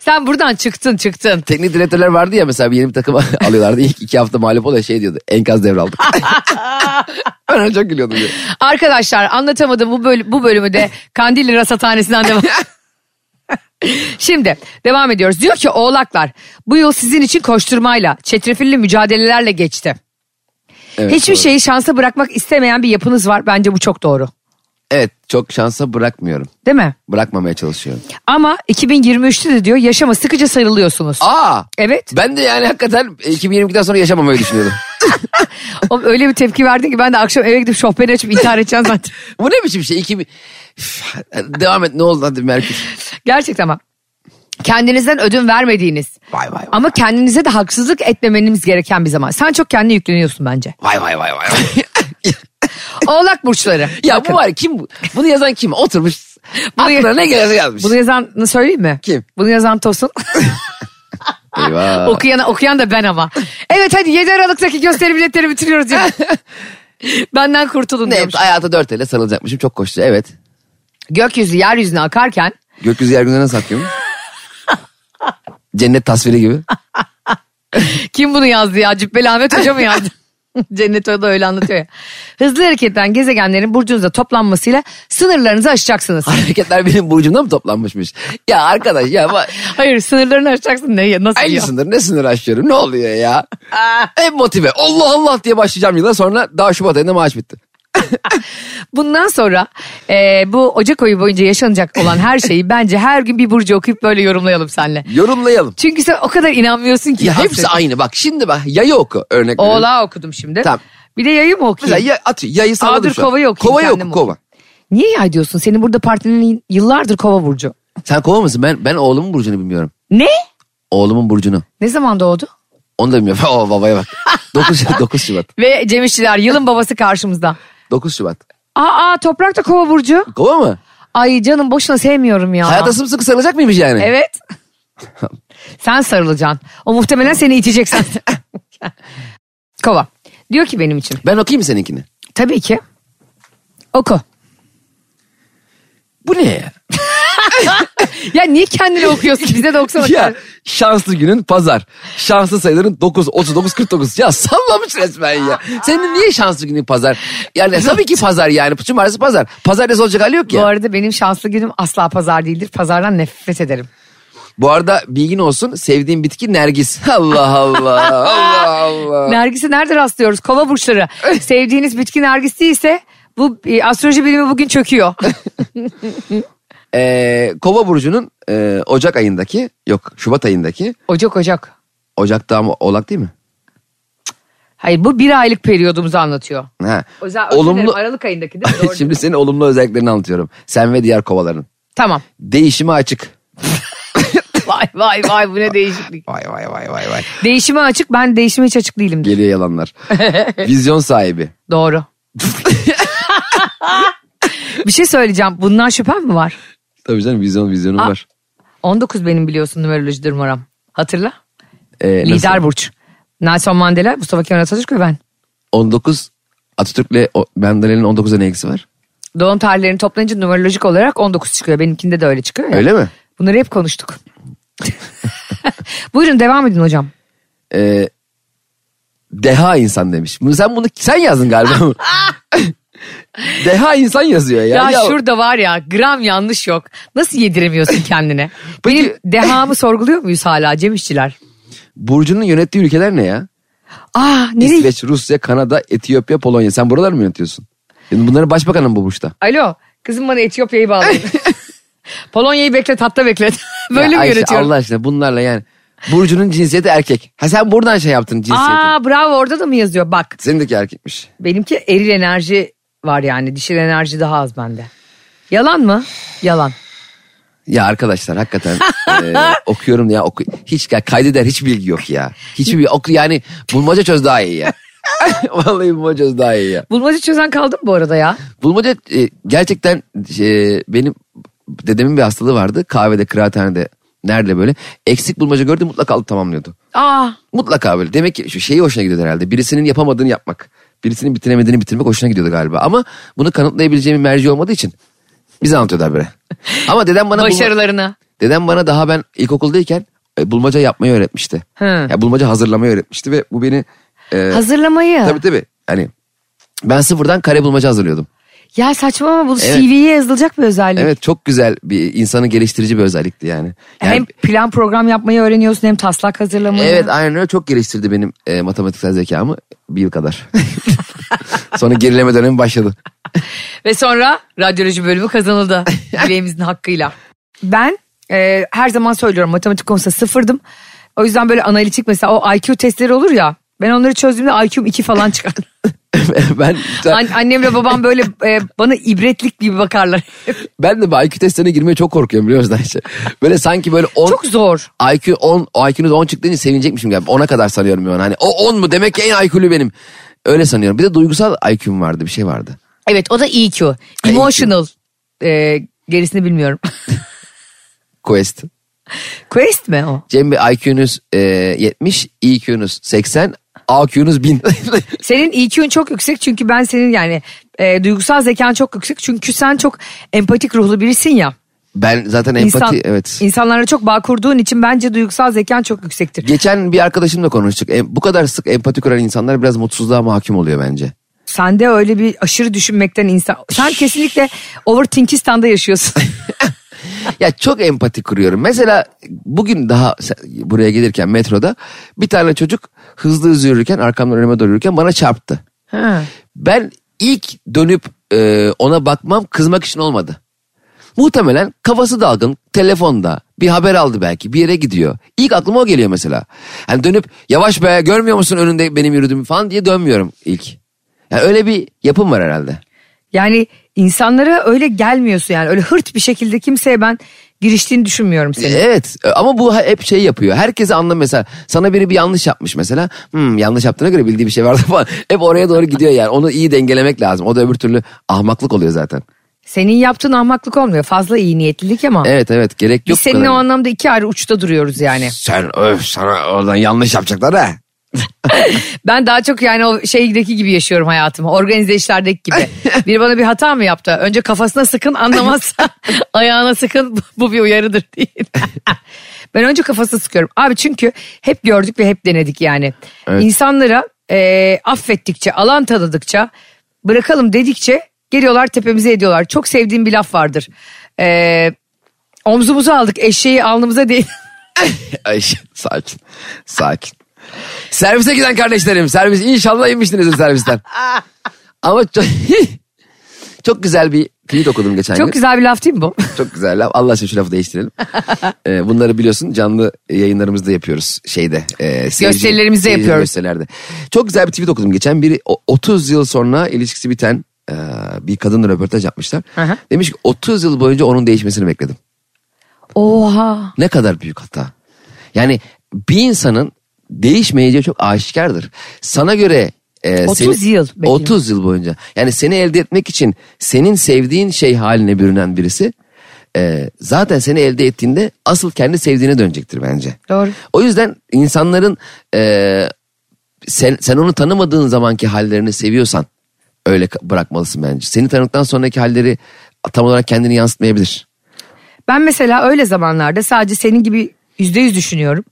Speaker 2: sen buradan çıktın çıktın.
Speaker 3: Teknik direktörler vardı ya mesela bir yeni bir takım [laughs] alıyorlardı. İlk iki hafta mağlup oluyor şey diyordu.
Speaker 2: [laughs]
Speaker 3: Enkaz devraldık. [laughs] ben ona çok gülüyordum. Ya.
Speaker 2: Arkadaşlar anlatamadım bu, böl- bu bölümü de Kandilli Rasathanesi'nden devam.
Speaker 3: [laughs]
Speaker 2: Şimdi devam ediyoruz. Diyor ki oğlaklar bu yıl sizin için koşturmayla, çetrefilli mücadelelerle geçti.
Speaker 3: Evet,
Speaker 2: Hiçbir
Speaker 3: doğru.
Speaker 2: şeyi şansa bırakmak istemeyen bir yapınız var. Bence bu çok doğru.
Speaker 3: Evet çok şansa bırakmıyorum.
Speaker 2: Değil mi?
Speaker 3: Bırakmamaya çalışıyorum.
Speaker 2: Ama 2023'te de diyor yaşama sıkıca sarılıyorsunuz.
Speaker 3: Aa
Speaker 2: Evet.
Speaker 3: ben de yani hakikaten e, 2022'den sonra yaşamamayı düşünüyordum.
Speaker 2: Oğlum öyle bir tepki verdin ki ben de akşam eve gidip şofbeni açıp intihar edeceğim zaten.
Speaker 3: [laughs] Bu ne biçim şey? 2000... Üf, Devam et ne oldu hadi Merkür.
Speaker 2: Gerçekten ama kendinizden ödün vermediğiniz
Speaker 3: Vay vay vay.
Speaker 2: ama kendinize de haksızlık etmemeniz gereken bir zaman. Sen çok kendine yükleniyorsun bence.
Speaker 3: [laughs] Vay vay vay vay.
Speaker 2: Oğlak burçları.
Speaker 3: ya
Speaker 2: Bakın,
Speaker 3: bu var ya, kim bu? Bunu yazan kim? Oturmuş.
Speaker 2: Bunu-
Speaker 3: aklına ne gelirse yazmış.
Speaker 2: Bunu yazanı söyleyeyim mi?
Speaker 3: Kim?
Speaker 2: Bunu yazan Tosun.
Speaker 3: Eyvah.
Speaker 2: Okuyana, [laughs] okuyan da ben ama. Evet hadi 7 Aralık'taki gösteri biletleri bitiriyoruz.
Speaker 3: [laughs]
Speaker 2: ya. Benden kurtulun
Speaker 3: Ne,
Speaker 2: diyormuş.
Speaker 3: hayata dört elle sarılacakmışım çok koştu evet.
Speaker 2: Gökyüzü yeryüzüne akarken
Speaker 3: Gökyüzü yeryüzüne nasıl akıyor? Cennet tasviri [laughs] gibi.
Speaker 2: Kim bunu yazdı ya? Cübbeli Ahmet Hoca mı
Speaker 3: [laughs]
Speaker 2: yazdı? Cennet Hoca da öyle anlatıyor ya. Hızlı hareketten gezegenlerin burcunuza toplanmasıyla sınırlarınızı aşacaksınız.
Speaker 3: Hareketler benim burcumda mı toplanmışmış? Ya arkadaş ya bak.
Speaker 2: Hayır sınırlarını aşacaksın ne ya? Nasıl
Speaker 3: Aynı
Speaker 2: ya?
Speaker 3: sınır ne sınır aşıyorum ne oluyor ya? Hep motive Allah Allah diye başlayacağım yıla sonra daha Şubat ayında maaş bitti.
Speaker 2: Bundan sonra e, bu Ocak ayı boyunca yaşanacak olan her
Speaker 3: [laughs]
Speaker 2: şeyi bence her gün bir burcu okuyup böyle yorumlayalım seninle.
Speaker 3: Yorumlayalım.
Speaker 2: Çünkü sen o kadar inanmıyorsun ki.
Speaker 3: Ya hepsi
Speaker 2: Affet.
Speaker 3: aynı bak şimdi bak yayı oku örnek veriyorum.
Speaker 2: Oğlağı okudum şimdi.
Speaker 3: Tamam.
Speaker 2: Bir de yayı mı okuyayım?
Speaker 3: Mesela ya, atıyor yayı salladım
Speaker 2: Aa, dur,
Speaker 3: şu an.
Speaker 2: kovayı okuyayım,
Speaker 3: Kovayı
Speaker 2: kendim
Speaker 3: oku kova.
Speaker 2: Niye yay diyorsun? Senin burada partinin yıllardır kova burcu.
Speaker 3: Sen kova mısın? Ben, ben oğlumun burcunu bilmiyorum.
Speaker 2: Ne?
Speaker 3: Oğlumun burcunu.
Speaker 2: Ne zaman doğdu?
Speaker 3: Onu da bilmiyorum. [laughs] Oo babaya bak. [laughs] 9, 9 Şubat.
Speaker 2: Ve Cem İşçiler yılın babası karşımızda.
Speaker 3: 9 Şubat.
Speaker 2: Aa, aa toprak da kova burcu.
Speaker 3: Kova mı?
Speaker 2: Ay canım boşuna sevmiyorum ya.
Speaker 3: Hayata sımsıkı sarılacak mıymış yani? [laughs]
Speaker 2: Evet. Sen sarılacaksın. O muhtemelen seni itecek
Speaker 3: [laughs]
Speaker 2: zaten. kova. Diyor ki benim için.
Speaker 3: Ben okuyayım mı seninkini?
Speaker 2: Tabii ki. Oku.
Speaker 3: Bu ne ya?
Speaker 2: Ya niye kendini okuyorsun? Bize de okusana.
Speaker 3: [laughs] ya şanslı günün pazar. Şanslı sayıların 9, 39, 49. Ya sallamış resmen ya. Senin niye şanslı günün pazar? Yani tabii ki pazar yani. Cumartesi pazar. Pazar olacak hali yok
Speaker 2: Bu
Speaker 3: ya.
Speaker 2: arada benim şanslı günüm asla pazar değildir. Pazardan nefret ederim.
Speaker 3: Bu arada bilgin olsun sevdiğim bitki nergis. [laughs] Allah Allah Allah
Speaker 2: [laughs]
Speaker 3: Allah.
Speaker 2: Nergis'e nerede rastlıyoruz? Kova
Speaker 3: [laughs]
Speaker 2: burçları. Sevdiğiniz bitki nergis değilse bu e, astroloji bilimi bugün
Speaker 3: [laughs]
Speaker 2: çöküyor.
Speaker 3: Ee, Kova burcunun e, Ocak ayındaki yok Şubat ayındaki
Speaker 2: Ocak Ocak.
Speaker 3: Ocak'ta ama Oğlak değil mi?
Speaker 2: Hayır bu bir aylık periyodumuzu anlatıyor.
Speaker 3: Ha.
Speaker 2: O yüzden özür dilerim,
Speaker 3: [laughs]
Speaker 2: Aralık ayındaki değil mi? Doğru.
Speaker 3: Şimdi senin olumlu özelliklerini anlatıyorum. Sen ve diğer kovaların.
Speaker 2: Tamam.
Speaker 3: Değişime açık.
Speaker 2: Vay vay vay bu ne değişiklik.
Speaker 3: Vay vay vay vay vay.
Speaker 2: Değişime açık ben değişime hiç açık değilim.
Speaker 3: Geliyor
Speaker 2: [laughs]
Speaker 3: yalanlar. Vizyon sahibi. [laughs]
Speaker 2: Doğru. bir şey söyleyeceğim. Bundan şüphem mi var?
Speaker 3: Tabii canım vizyon vizyonum
Speaker 2: Aa,
Speaker 3: var.
Speaker 2: 19 benim biliyorsun numerolojidir numaram. Hatırla.
Speaker 3: Ee, nasıl?
Speaker 2: Lider Burç. Nelson Mandela, Mustafa Kemal Atatürk ve ben.
Speaker 3: 19 Atatürk'le o- Menderes'in 19'a ne ilgisi var?
Speaker 2: Doğum tarihlerini toplayınca numerolojik olarak 19 çıkıyor. Benimkinde de öyle çıkıyor ya.
Speaker 3: Öyle mi?
Speaker 2: Bunları hep
Speaker 3: [laughs]
Speaker 2: konuştuk. [laughs] Buyurun devam edin hocam.
Speaker 3: Ee, deha insan demiş. Bunu sen bunu sen yazdın galiba.
Speaker 2: [laughs]
Speaker 3: deha insan yazıyor ya.
Speaker 2: Ya, şurada var ya gram yanlış yok. Nasıl yediremiyorsun
Speaker 3: [laughs]
Speaker 2: kendine?
Speaker 3: Peki-
Speaker 2: Benim dehamı sorguluyor muyuz hala Cem İşçiler?
Speaker 3: Burcu'nun yönettiği ülkeler ne ya?
Speaker 2: Aa nereye?
Speaker 3: İsveç, Rusya, Kanada, Etiyopya, Polonya. Sen buralar mı yönetiyorsun? Yani bunların başbakanı mı bu burçta?
Speaker 2: Alo kızım bana Etiyopya'yı
Speaker 3: [laughs]
Speaker 2: bağlayın. Polonya'yı beklet hatta beklet. [laughs] Böyle
Speaker 3: Ya
Speaker 2: mi
Speaker 3: Ayşe,
Speaker 2: yönetiyorum?
Speaker 3: Allah aşkına bunlarla yani. Burcu'nun cinsiyeti erkek. Ha sen buradan şey yaptın cinsiyeti.
Speaker 2: Aa bravo orada da mı yazıyor? Bak
Speaker 3: Seninki erkekmiş.
Speaker 2: benimki eril enerji var yani dişil enerji daha az bende. Yalan mı? Yalan.
Speaker 3: Ya
Speaker 2: [laughs]
Speaker 3: arkadaşlar hakikaten e, okuyorum ya oku hiç ya kaydeder hiç bilgi yok ya. Hiçbir bilgi oku yani bulmaca çöz daha
Speaker 2: [laughs]
Speaker 3: iyi ya. [laughs] Vallahi bulmaca çöz daha iyi ya.
Speaker 2: Bulmaca çözen kaldım bu arada ya.
Speaker 3: Bulmaca e, gerçekten e, benim dedemin bir hastalığı vardı. Kahvede, kıraathanede nerede böyle eksik bulmaca gördü mutlaka alıp tamamlıyordu.
Speaker 2: Aa
Speaker 3: Mutlaka böyle. Demek ki şu şeyi hoşuna gidiyordu herhalde. Birisinin yapamadığını yapmak. Birisinin bitiremediğini bitirmek hoşuna gidiyordu galiba. Ama bunu kanıtlayabileceğim bir merci olmadığı için bize anlatıyordu habire. Ama dedem bana... bulma-
Speaker 2: başarılarını.
Speaker 3: Dedem bana daha ben ilkokuldayken e, bulmaca yapmayı öğretmişti.
Speaker 2: Hı.
Speaker 3: Ya bulmaca hazırlamayı öğretmişti ve bu beni e,
Speaker 2: Hazırlamayı.
Speaker 3: tabii tabii hani ben sıfırdan kare bulmaca hazırlıyordum.
Speaker 2: Ya saçma ama bu
Speaker 3: Evet.
Speaker 2: CV'ye yazılacak bir özellik.
Speaker 3: Evet çok güzel bir insanı geliştirici bir özellikti yani. yani
Speaker 2: Hem plan program yapmayı öğreniyorsun hem taslak hazırlamayı.
Speaker 3: Evet aynen öyle çok geliştirdi benim e, matematiksel zekamı bir yıl kadar. [laughs] Sonra gerileme dönemi başladı. [laughs]
Speaker 2: Ve sonra radyoloji bölümü [laughs] kazanıldı bileğimizin hakkıyla. Ben e, her zaman söylüyorum matematik konusunda sıfırdım. O yüzden böyle analitik mesela o IQ testleri olur ya. Ben onları çözdüğümde IQ'm 2 falan [laughs] çıkar.
Speaker 3: ben
Speaker 2: An- annemle babam böyle e, bana ibretlik gibi bakarlar.
Speaker 3: ben de bu IQ testlerine girmeye çok korkuyorum biliyor musun Ayşe? Böyle sanki böyle 10
Speaker 2: Çok zor.
Speaker 3: IQ 10, o IQ'nuz 10 çıktığınca sevinecekmişim galiba. 10'a kadar sanıyorum yani. Hani o 10 mu demek ki en IQ'lü benim. Öyle sanıyorum. Bir de duygusal IQ'm vardı bir şey vardı.
Speaker 2: Evet o da EQ. Emotional. E, gerisini bilmiyorum.
Speaker 3: Quest.
Speaker 2: Quest mi o?
Speaker 3: Cem Bey IQ'nuz e, 70, EQ'nuz 80, AQ'nuz [laughs] 1000.
Speaker 2: Senin EQ'un çok yüksek çünkü ben senin yani e, duygusal zekan çok yüksek. Çünkü sen çok empatik ruhlu birisin ya.
Speaker 3: ben zaten empati
Speaker 2: İnsan-
Speaker 3: evet.
Speaker 2: İnsanlarla çok bağ kurduğun için bence duygusal zekan çok yüksektir.
Speaker 3: Geçen bir arkadaşımla konuştuk. E, bu kadar sık empati kuran insanlar biraz mutsuzluğa mahkum oluyor bence.
Speaker 2: Sende öyle bir aşırı düşünmekten insan... Sen kesinlikle overthinkistan'da yaşıyorsun.
Speaker 3: [laughs] Ya çok empati kuruyorum. Mesela bugün daha se- buraya gelirken metroda bir tane çocuk hızlı hızlı yürürken arkamdan önüme doğru yürürken bana çarptı.
Speaker 2: Ha.
Speaker 3: Ben ilk dönüp e, ona bakmam kızmak için olmadı. Muhtemelen kafası dalgın, telefonda, bir haber aldı belki, bir yere gidiyor. İlk aklıma o geliyor mesela. Hani dönüp yavaş be görmüyor musun önünde benim yürüdüğümü falan diye dönmüyorum ilk. Yani öyle bir yapım var herhalde.
Speaker 2: yani insanlara öyle gelmiyorsun yani. Öyle hırt bir şekilde kimseye ben giriştiğini düşünmüyorum senin.
Speaker 3: Ee, Evet ama bu hep şey yapıyor. Herkese anlam mesela. Sana biri bir yanlış yapmış mesela. Hmm, yanlış yaptığına göre bildiği bir şey vardı [laughs] falan. Hep oraya doğru gidiyor yani. Onu iyi dengelemek lazım. O da öbür türlü ahmaklık oluyor zaten.
Speaker 2: Senin yaptığın ahmaklık olmuyor. Fazla iyi niyetlilik ama.
Speaker 3: Evet evet gerek yok.
Speaker 2: Biz
Speaker 3: bu
Speaker 2: seninle
Speaker 3: kadar.
Speaker 2: o anlamda iki ayrı uçta duruyoruz yani.
Speaker 3: Sen öf sana oradan yanlış yapacaklar ha.
Speaker 2: Ben daha çok yani o şeydeki gibi yaşıyorum hayatımı. Organize işlerdeki gibi. Biri bana bir hata mı yaptı? Önce kafasına sıkın anlamazsa ayağına sıkın bu bir uyarıdır diye. ben önce kafasına sıkıyorum. Abi çünkü hep gördük ve hep denedik yani.
Speaker 3: Evet.
Speaker 2: İnsanlara e, affettikçe, alan tanıdıkça, bırakalım dedikçe geliyorlar tepemize ediyorlar. Çok sevdiğim bir laf vardır. E, omzumuzu aldık eşeği alnımıza değil.
Speaker 3: [laughs]
Speaker 2: [laughs]
Speaker 3: Ay sakin. Sakin. Servise giden kardeşlerim. Servis inşallah
Speaker 2: [laughs]
Speaker 3: inmişsinizdir servisten. Ama çok, [laughs] çok güzel bir tweet okudum geçen gün.
Speaker 2: Çok güzel bir laf değil mi bu?
Speaker 3: Çok güzel laf. Allah aşkına şu lafı değiştirelim. Ee, bunları biliyorsun canlı yayınlarımızda yapıyoruz şeyde. E, seyirci-
Speaker 2: Gösterilerimizde
Speaker 3: seyirci
Speaker 2: yapıyoruz.
Speaker 3: Gösterilerde. Çok güzel bir tweet okudum geçen. Biri o- 30 yıl sonra ilişkisi biten e, bir kadınla röportaj yapmışlar.
Speaker 2: Aha.
Speaker 3: Demiş ki 30 yıl boyunca onun değişmesini bekledim.
Speaker 2: Oha.
Speaker 3: Ne kadar büyük hata. Yani bir insanın değişmeyeceği çok aşikardır. Sana göre e,
Speaker 2: 30 yıl bekledim.
Speaker 3: 30 yıl boyunca. Yani seni elde etmek için senin sevdiğin şey haline bürünen birisi e, zaten seni elde ettiğinde asıl kendi sevdiğine dönecektir bence.
Speaker 2: Doğru.
Speaker 3: O yüzden insanların e, sen, sen onu tanımadığın zamanki hallerini seviyorsan öyle ka- bırakmalısın bence. Seni tanıdıktan sonraki halleri tam olarak kendini yansıtmayabilir.
Speaker 2: Ben mesela öyle zamanlarda sadece senin gibi yüzde yüz düşünüyorum.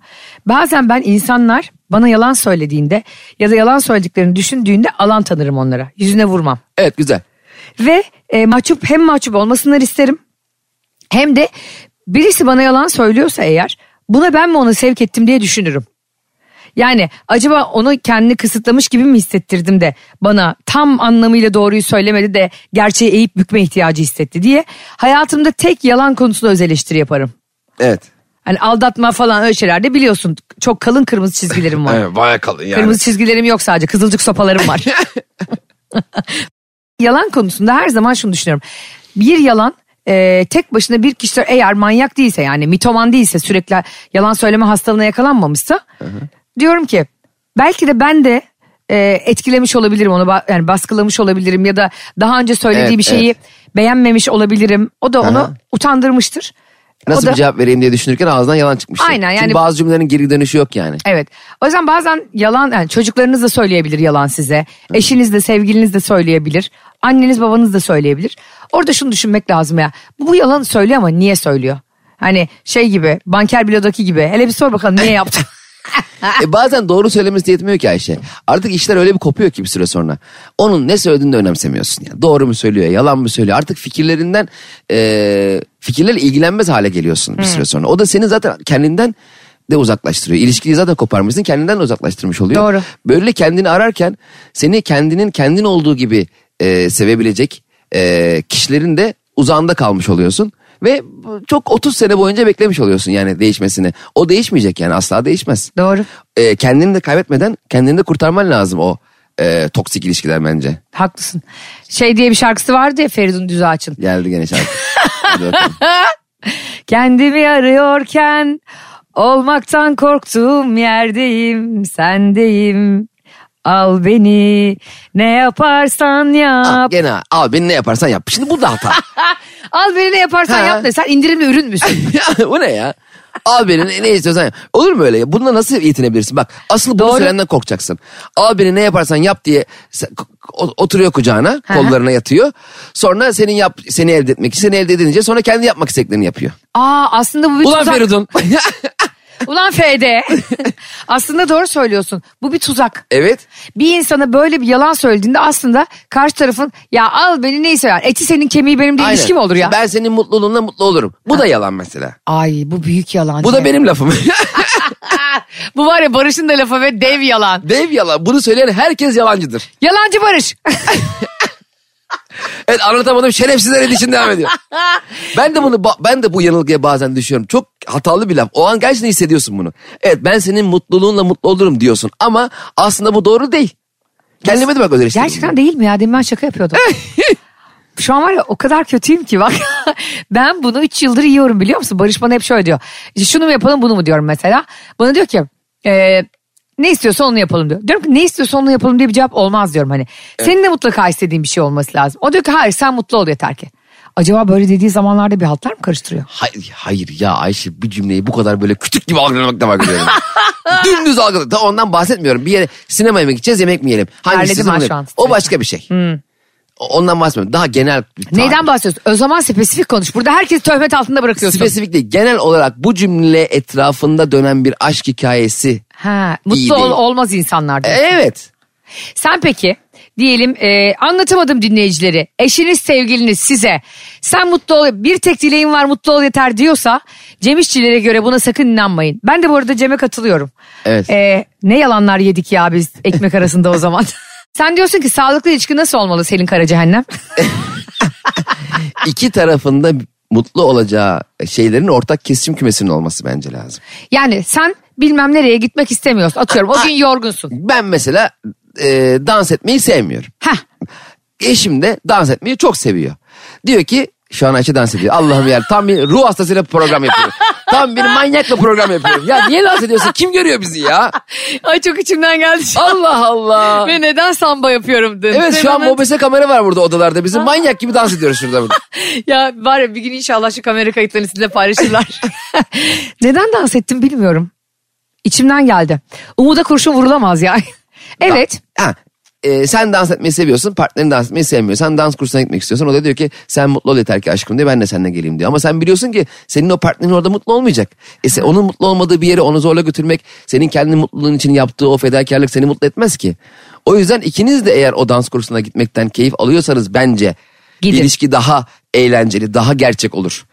Speaker 2: Bazen ben insanlar bana yalan söylediğinde ya da yalan söylediklerini düşündüğünde alan tanırım onlara. Yüzüne vurmam.
Speaker 3: Evet güzel.
Speaker 2: Ve e, mahcup hem mahcup olmasınlar isterim. Hem de birisi bana yalan söylüyorsa eğer buna ben mi onu sevk ettim diye düşünürüm. Yani acaba onu kendini kısıtlamış gibi mi hissettirdim de bana tam anlamıyla doğruyu söylemedi de gerçeği eğip bükme ihtiyacı hissetti diye hayatımda tek yalan konusunda öz eleştiri yaparım.
Speaker 3: Evet.
Speaker 2: Hani aldatma falan öyle şeylerde biliyorsun çok kalın kırmızı çizgilerim var.
Speaker 3: Evet, bayağı kalın yani.
Speaker 2: Kırmızı çizgilerim yok sadece kızılcık sopalarım
Speaker 3: [laughs]
Speaker 2: var. yalan konusunda her zaman şunu düşünüyorum. Bir yalan e, tek başına bir kişi eğer manyak değilse yani mitoman değilse sürekli yalan söyleme hastalığına yakalanmamışsa diyorum ki belki de ben de e, etkilemiş olabilirim onu ba- yani baskılamış olabilirim ya da daha önce söylediği
Speaker 3: Evet,
Speaker 2: bir şeyi
Speaker 3: evet.
Speaker 2: beğenmemiş olabilirim. O da onu utandırmıştır.
Speaker 3: Nasıl
Speaker 2: o da,
Speaker 3: bir cevap vereyim diye düşünürken ağzından yalan çıkmıştı.
Speaker 2: Aynen, yani-
Speaker 3: Çünkü bazı cümlelerin geri dönüşü yok yani.
Speaker 2: Evet. O yüzden bazen yalan yani çocuklarınız da söyleyebilir yalan size. Eşiniz de sevgiliniz de söyleyebilir. Anneniz babanız da söyleyebilir. Orada şunu düşünmek lazım ya. Bu, bu yalanı söylüyor ama niye söylüyor? Hani şey gibi banker bilodaki gibi. Hele bir sor bakalım niye yaptın?
Speaker 3: E bazen doğru söylemesi de yetmiyor ki Ayşe. Artık işler öyle bir kopuyor ki bir süre sonra. Onun ne söylediğini de önemsemiyorsun. Yani doğru mu söylüyor, yalan mı söylüyor. Artık fikirlerinden, e, fikirlerle ilgilenmez hale geliyorsun bir süre sonra. O da seni zaten kendinden de uzaklaştırıyor. İlişkiyi zaten koparmışsın kendinden de uzaklaştırmış oluyor.
Speaker 2: Doğru.
Speaker 3: Böyle kendini ararken seni kendinin kendin olduğu gibi e, sevebilecek e, kişilerin de uzağında kalmış oluyorsun. Ve bu- çok 30 sene boyunca beklemiş oluyorsun yani değişmesini. O değişmeyecek yani asla değişmez.
Speaker 2: Doğru.
Speaker 3: E, kendini de kaybetmeden kendini de kurtarman lazım o e, toksik ilişkiler bence.
Speaker 2: Haklısın. Şey diye bir şarkısı vardı ya Feridun Düzağaç'ın.
Speaker 3: Geldi
Speaker 2: [laughs]
Speaker 3: gene şarkı. Hadi bakalım.
Speaker 2: Kendimi arıyorken olmaktan korktuğum yerdeyim sendeyim. Al beni ne yaparsan
Speaker 3: Ha,
Speaker 2: yap.
Speaker 3: gene abi beni ne yaparsan yap. Şimdi bu da hata. [laughs]
Speaker 2: Al beni ne yaparsan
Speaker 3: Ha.
Speaker 2: yap da sen indirimli ürün
Speaker 3: [laughs]
Speaker 2: müsün?
Speaker 3: Ya bu ne ya? Al beni ne- ne istiyorsan yap. Olur mu öyle ya? Bununla nasıl yetinebilirsin? Bak asıl bunu
Speaker 2: Doğru.
Speaker 3: söylenden korkacaksın. Al beni ne yaparsan yap diye sen- o- oturuyor kucağına.
Speaker 2: Hı hı.
Speaker 3: Kollarına yatıyor. Sonra senin yap, seni elde etmek için seni elde edince sonra kendi yapmak istediklerini yapıyor.
Speaker 2: Aa aslında bu bir
Speaker 3: Ulan
Speaker 2: tuzak. [laughs]
Speaker 3: Feridun.
Speaker 2: Ulan
Speaker 3: [laughs]
Speaker 2: Fede. aslında doğru söylüyorsun. Bu bir tuzak.
Speaker 3: evet.
Speaker 2: Bir insana böyle bir yalan söylediğinde aslında karşı tarafın ya al beni neyse yani eti senin kemiği benim diye
Speaker 3: Aynen.
Speaker 2: ilişki mi olur ya?
Speaker 3: Ben senin mutluluğunla mutlu olurum. Bu da yalan mesela.
Speaker 2: Ay bu büyük yalan.
Speaker 3: Bu da
Speaker 2: ya.
Speaker 3: benim lafım.
Speaker 2: [laughs]
Speaker 3: [laughs]
Speaker 2: Bu var ya Barış'ın da lafı ve dev yalan.
Speaker 3: Dev yalan. Bunu söyleyen herkes yalancıdır.
Speaker 2: Yalancı
Speaker 3: [laughs]
Speaker 2: Barış.
Speaker 3: Evet anlatamadım. Şerefsizler için
Speaker 2: [laughs]
Speaker 3: devam ediyor. ben de bunu ba- ben de bu yanılgıya bazen düşüyorum. Çok hatalı bir laf. O an gerçekten hissediyorsun bunu. Evet ben senin mutluluğunla mutlu olurum diyorsun ama aslında bu doğru değil. Kendime de bak özelleştirdim.
Speaker 2: Gerçekten değil mi ya? Demin ben şaka yapıyordum. Şu an var ya o kadar kötüyüm ki bak. [laughs] ben bunu 3 yıldır yiyorum biliyor musun? Barış bana hep şöyle diyor. "İşte Şunu mu yapalım bunu mu diyorum mesela. Bana diyor ki "Ee, ne istiyorsa onu yapalım diyor. Diyorum ki ne istiyorsa onu yapalım diye bir cevap olmaz diyorum hani. Senin de mutlaka istediğin bir şey olması lazım. O diyor ki hayır sen mutlu ol yeter ki. Acaba böyle dediği zamanlarda bir haltlar mı karıştırıyor?
Speaker 3: Hayır, hayır ya Ayşe bir cümleyi bu kadar böyle küçük gibi algılamak da var
Speaker 2: [laughs]
Speaker 3: görüyorum. Dümdüz algılamak. Da ondan bahsetmiyorum. Bir yere sinemaya mı gideceğiz yemek mi yiyelim? Hangisi
Speaker 2: Terledim
Speaker 3: bunu
Speaker 2: ha şu
Speaker 3: yiyelim?
Speaker 2: an. Hmm.
Speaker 3: O başka bir şey. O- Ondan bahsetmiyorum. Daha genel. bir
Speaker 2: Neyden bahsediyorsun? O zaman spesifik konuş. Burada herkes töhmet altında bırakıyorsun.
Speaker 3: Spesifik değil. Genel olarak bu cümle etrafında dönen bir aşk hikayesi.
Speaker 2: ha,
Speaker 3: İyi
Speaker 2: mutlu ol,
Speaker 3: değil.
Speaker 2: olmaz insanlar. diyor.
Speaker 3: Evet.
Speaker 2: Sen peki diyelim e, anlatamadım dinleyicileri. Eşiniz sevgiliniz size sen mutlu ol bir tek dileğin var mutlu ol yeter diyorsa Cem İşçilere göre buna sakın inanmayın. Ben de bu arada Cem'e katılıyorum.
Speaker 3: Evet.
Speaker 2: Ee, ne yalanlar yedik ya biz ekmek arasında o zaman. [laughs] Sen diyorsun ki sağlıklı ilişki nasıl olmalı Selin Kara Cehennem?
Speaker 3: İki tarafında mutlu olacağı şeylerin ortak kesişim kümesinin olması bence lazım.
Speaker 2: Yani sen bilmem nereye gitmek istemiyorsun. Atıyorum o gün yorgunsun.
Speaker 3: Ben mesela e, dans etmeyi sevmiyorum.
Speaker 2: Heh.
Speaker 3: Eşim de dans etmeyi çok seviyor. Diyor ki şu an Ayşe dans ediyor. Allah'ım ya tam bir ruh hastasıyla program yapıyorum. Tam bir manyakla program yapıyorum. Ya niye dans ediyorsun? Kim görüyor bizi ya?
Speaker 2: Ay çok içimden geldi. şu an.
Speaker 3: Allah Allah.
Speaker 2: Ve neden samba yapıyorum dedim.
Speaker 3: Evet şu an mobese kamera var burada odalarda. Bizim manyak gibi dans ediyoruz şurada. burada.
Speaker 2: [laughs] Ya var ya bir gün inşallah şu kamera kayıtlarını sizinle paylaşırlar. [laughs] Neden dans ettim bilmiyorum. İçimden geldi. Umuda kurşun vurulamaz ya. [laughs] evet.
Speaker 3: Ha, e, sen dans etmeyi seviyorsun, partnerin dans etmeyi sevmiyor. Sen dans kursuna gitmek istiyorsun. O da diyor ki sen mutlu ol yeter ki aşkım diyor ben de seninle geleyim diyor. Ama sen biliyorsun ki senin o partnerin orada mutlu olmayacak. E, sen- onun mutlu olmadığı bir yere onu zorla götürmek senin kendi mutluluğun için yaptığı o fedakarlık seni mutlu etmez ki. O yüzden ikiniz de eğer o dans kursuna gitmekten keyif alıyorsanız bence
Speaker 2: Gidin.
Speaker 3: ilişki daha eğlenceli, daha gerçek olur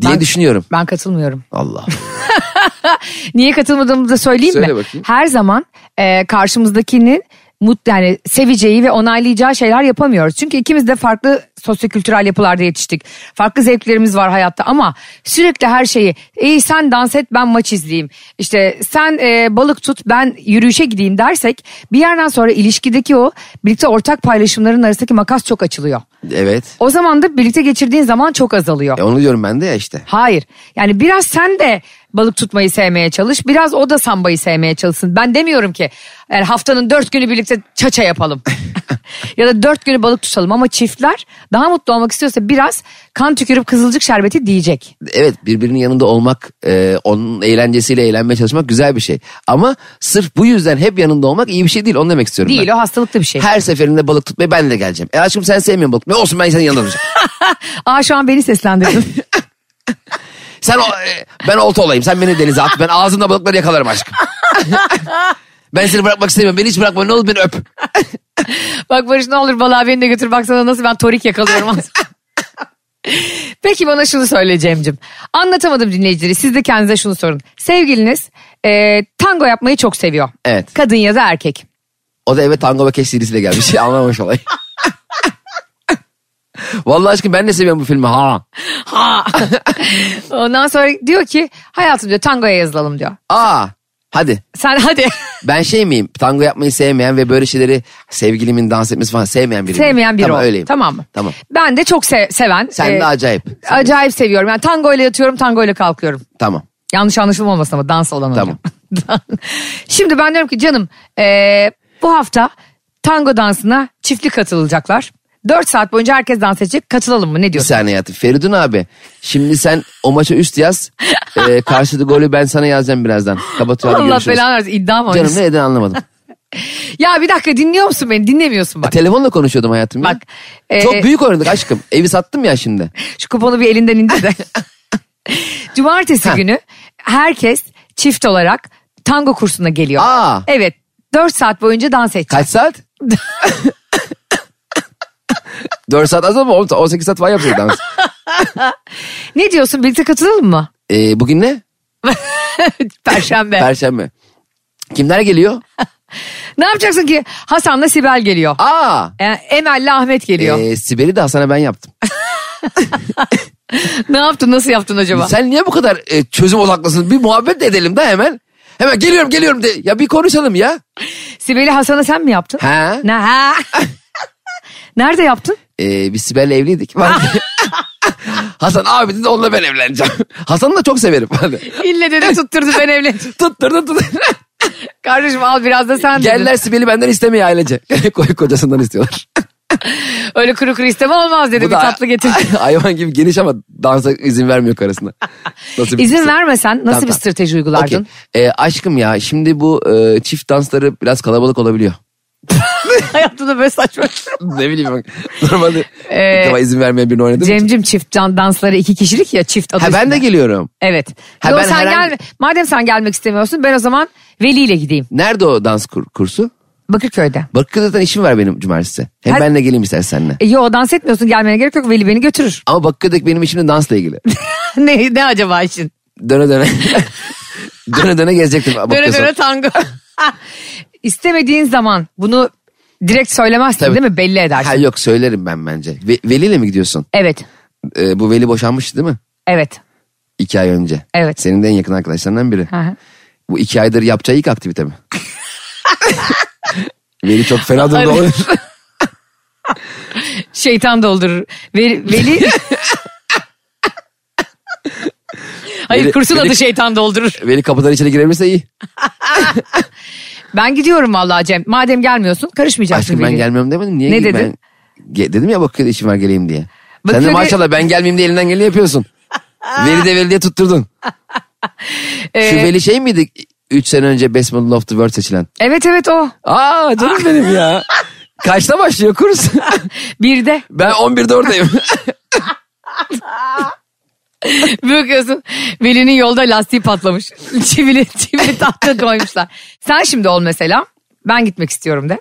Speaker 3: diye
Speaker 2: Ben-
Speaker 3: düşünüyorum.
Speaker 2: Ben katılmıyorum.
Speaker 3: Allah.
Speaker 2: Niye katılmadığımı da söyleyeyim
Speaker 3: Söyle
Speaker 2: mi?
Speaker 3: bakayım.
Speaker 2: Her zaman e, karşımızdakinin mut yani seveceği ve onaylayacağı şeyler yapamıyoruz. Çünkü ikimiz de farklı sosyokültürel yapılarda yetiştik. Farklı zevklerimiz var hayatta ama sürekli her şeyi "Ey sen dans et ben maç izleyeyim. İşte sen e, balık tut ben yürüyüşe gideyim dersek bir yerden sonra ilişkideki o birlikte ortak paylaşımların arasındaki makas çok açılıyor.
Speaker 3: Evet.
Speaker 2: O zaman da birlikte geçirdiğin zaman çok azalıyor.
Speaker 3: E, onu diyorum ben de ya işte.
Speaker 2: Hayır. Yani biraz sen de balık tutmayı sevmeye çalış. Biraz o da sambayı sevmeye çalışsın. Ben demiyorum ki yani haftanın dört günü birlikte çaça yapalım. [laughs] ya da dört günü balık tutalım. Ama çiftler daha mutlu olmak istiyorsa biraz kan tükürüp kızılcık şerbeti diyecek.
Speaker 3: evet birbirinin yanında olmak, e, onun eğlencesiyle eğlenmeye çalışmak güzel bir şey. Ama sırf bu yüzden hep yanında olmak iyi bir şey değil. Onu demek istiyorum
Speaker 2: Değil
Speaker 3: ben.
Speaker 2: o hastalıklı bir şey.
Speaker 3: Her seferinde balık tutmaya ben de geleceğim. E aşkım sen sevmiyorsun balık tutmayı. Olsun ben senin
Speaker 2: [laughs]
Speaker 3: yanında olacağım.
Speaker 2: Aa şu an beni seslendirdin.
Speaker 3: sen o, e, ben olta olayım. Sen beni denize at. Ben ağzımda balıkları
Speaker 2: [laughs]
Speaker 3: yakalarım aşkım. ben seni bırakmak istemiyorum. Beni hiç bırakma. Ne olur beni öp.
Speaker 2: Bak Barış ne olur balığa beni de götür baksana nasıl ben torik yakalıyorum.
Speaker 3: [laughs]
Speaker 2: az. Peki bana şunu söyle Cem'cim. Anlatamadım dinleyicileri. Siz de kendinize şunu sorun. Sevgiliniz e, tango yapmayı çok seviyor.
Speaker 3: Evet.
Speaker 2: Kadın ya da erkek.
Speaker 3: O da eve tango ve keş serisiyle gelmiş. [laughs] Anlamamış olay. Vallahi aşkım ben de seviyorum bu filmi. Ha.
Speaker 2: [laughs] Ondan sonra diyor ki hayatım diyor tangoya yazılalım diyor.
Speaker 3: Aa. Hadi.
Speaker 2: Sen
Speaker 3: [laughs]
Speaker 2: hadi
Speaker 3: Ben şey miyim? Tango yapmayı sevmeyen ve böyle şeyleri sevgilimin dans etmesi falan sevmeyen biriyim.
Speaker 2: sevmeyen biri
Speaker 3: tamam,
Speaker 2: ol.
Speaker 3: öyleyim.
Speaker 2: Tamam mı?
Speaker 3: Tamam.
Speaker 2: Ben de çok se- seven.
Speaker 3: Sen
Speaker 2: e,
Speaker 3: de acayip.
Speaker 2: Acayip seviyorum. Yani tango ile yatıyorum tango ile kalkıyorum.
Speaker 3: Tamam.
Speaker 2: Yanlış anlaşılma olmasın ama dans olan
Speaker 3: Tamam.
Speaker 2: hocam. [laughs] Şimdi ben diyorum ki canım eee, bu hafta tango dansına çiftli katılacaklar. 4 saat boyunca herkes dans edecek. Katılalım mı ne
Speaker 3: Bir
Speaker 2: diyorsun?
Speaker 3: saniye hayatım. Feridun abi. Şimdi sen o maça üst yaz. ee, karşıda golü ben sana yazacağım birazdan. Kapatıyorum. hadi
Speaker 2: Allah
Speaker 3: görüşürüz.
Speaker 2: belanı versin iddia mı
Speaker 3: Canım
Speaker 2: oynuyorsun? [laughs]
Speaker 3: neden anlamadım.
Speaker 2: Ya bir dakika dinliyor musun beni? Dinlemiyorsun bak.
Speaker 3: Telefonla konuşuyordum hayatım. ya.
Speaker 2: Bak, ee,
Speaker 3: Çok büyük oynadık aşkım. Evi sattım ya şimdi.
Speaker 2: Şu kuponu bir elinden indir
Speaker 3: [laughs]
Speaker 2: de. Cumartesi
Speaker 3: Ha.
Speaker 2: günü herkes çift olarak tango kursuna geliyor.
Speaker 3: Aa.
Speaker 2: Evet 4 saat boyunca dans edecek. [laughs]
Speaker 3: Kaç saat? 4 saat az ama 18 saat falan
Speaker 2: [laughs]
Speaker 3: yapıyor dans.
Speaker 2: Ne diyorsun birlikte katılalım
Speaker 3: [laughs]
Speaker 2: mı?
Speaker 3: Ee, bugün ne?
Speaker 2: Perşembe.
Speaker 3: Perşembe. Kimler geliyor?
Speaker 2: ne yapacaksın ki? Hasan'la Sibel geliyor.
Speaker 3: Aa.
Speaker 2: E, Emel'le Ahmet geliyor.
Speaker 3: Ee, Sibel'i de Hasan'a ben yaptım.
Speaker 2: Ne yaptın nasıl yaptın acaba?
Speaker 3: Sen niye bu kadar e, çözüm odaklısın? Bir muhabbet de edelim de hemen. Hemen geliyorum geliyorum de. Ya bir konuşalım ya.
Speaker 2: Sibel'i Hasan'a sen mi yaptın?
Speaker 3: Ha?
Speaker 2: Ne ha? [laughs] Nerede yaptın?
Speaker 3: Ee, biz Sibel'le evliydik. Ben-
Speaker 2: Ah.
Speaker 3: [laughs] Hasan abi dedi onunla ben evleneceğim. [laughs] Hasan'ı da çok severim.
Speaker 2: [laughs]
Speaker 3: Hadi.
Speaker 2: İlle dedi tutturdu ben evleneceğim.
Speaker 3: Tutturdun tut.
Speaker 2: Kardeşim al biraz da sen dedin.
Speaker 3: Geller Sibel'i benden istemiyor ailece. [laughs] Koy kocasından istiyorlar.
Speaker 2: Öyle kuru kuru isteme olmaz dedi bir tatlı getir.
Speaker 3: [laughs] hayvan gibi geniş ama dansa izin
Speaker 2: [laughs]
Speaker 3: vermiyor karısına. Nasıl bir
Speaker 2: İzin
Speaker 3: kimse?
Speaker 2: vermesen nasıl
Speaker 3: Tamam,
Speaker 2: bir
Speaker 3: tamam.
Speaker 2: strateji uygulardın?
Speaker 3: Okey. Ee, aşkım ya şimdi bu e, çift dansları biraz kalabalık olabiliyor.
Speaker 2: Hayatımda böyle saçma.
Speaker 3: ne bileyim bak. [laughs] Normalde
Speaker 2: Ee,
Speaker 3: ilk defa izin vermeyen birini oynadım.
Speaker 2: Cemcim çift can dansları iki kişilik ya çift adı
Speaker 3: ha ben
Speaker 2: üstünde.
Speaker 3: de geliyorum.
Speaker 2: Evet.
Speaker 3: Ha,
Speaker 2: Yo,
Speaker 3: ben
Speaker 2: sen
Speaker 3: herhangi-
Speaker 2: gelme. Madem sen gelmek istemiyorsun ben o zaman Veli ile gideyim.
Speaker 3: Nerede o dans kur- kursu?
Speaker 2: Bakırköy'de.
Speaker 3: Bakırköy zaten işim var benim cumartesi. Hem
Speaker 2: Her-
Speaker 3: benle geleyim istersen seninle.
Speaker 2: E, yo dans etmiyorsun gelmene gerek yok Veli beni götürür. [laughs]
Speaker 3: Ama Bakırköy'deki benim işim de dansla ilgili.
Speaker 2: ne, ne acaba işin?
Speaker 3: döne döne. döne döne gezecektim.
Speaker 2: Döne
Speaker 3: Bakırköy
Speaker 2: döne
Speaker 3: sonra.
Speaker 2: tango. [laughs] İstemediğin zaman bunu direkt söylemezsin
Speaker 3: Tabii.
Speaker 2: değil mi? Belli edersin.
Speaker 3: Ha yok söylerim ben bence. Ve, Veli'yle mi gidiyorsun?
Speaker 2: Evet.
Speaker 3: Ee, bu Veli boşanmıştı değil mi?
Speaker 2: Evet.
Speaker 3: İki ay önce.
Speaker 2: Evet.
Speaker 3: Senin de en yakın arkadaşlarından biri.
Speaker 2: Hı hı.
Speaker 3: Bu iki aydır yapacağı ilk
Speaker 2: [laughs]
Speaker 3: aktivite mi? Veli çok fena durumda olur.
Speaker 2: Şeytan doldurur. Veli... Veli... Hayır
Speaker 3: Veli-
Speaker 2: kursun
Speaker 3: Veli-
Speaker 2: adı şeytan doldurur.
Speaker 3: Veli kapıdan içeri girebilirse iyi.
Speaker 2: Ben gidiyorum vallahi Cem. Madem gelmiyorsun karışmayacaksın
Speaker 3: Aşkım ben
Speaker 2: Veli'ye.
Speaker 3: gelmiyorum demedim. Niye
Speaker 2: Ne
Speaker 3: gideyim
Speaker 2: dedin?
Speaker 3: Ben, Ge- dedim ya Bakırköy'de işim var geleyim diye. Sen de
Speaker 2: Bakırköy'de-
Speaker 3: maşallah ben gelmeyeyim diye elinden geleni [laughs] yapıyorsun. Veli de Veli diye tutturdun. Şu
Speaker 2: Ee,
Speaker 3: Veli şey miydi? 3 sene önce Best Model of the World seçilen.
Speaker 2: Evet evet o.
Speaker 3: Aa canım benim ya. [laughs] Kaçta başlıyor [laughs] kurs?
Speaker 2: Bir de [laughs]
Speaker 3: ben 11'de [laughs] oradayım.
Speaker 2: bir bakıyorsun Veli'nin yolda lastiği patlamış. [laughs] Çivili, çivili tahta koymuşlar. Sen şimdi ol mesela. Ben gitmek istiyorum de.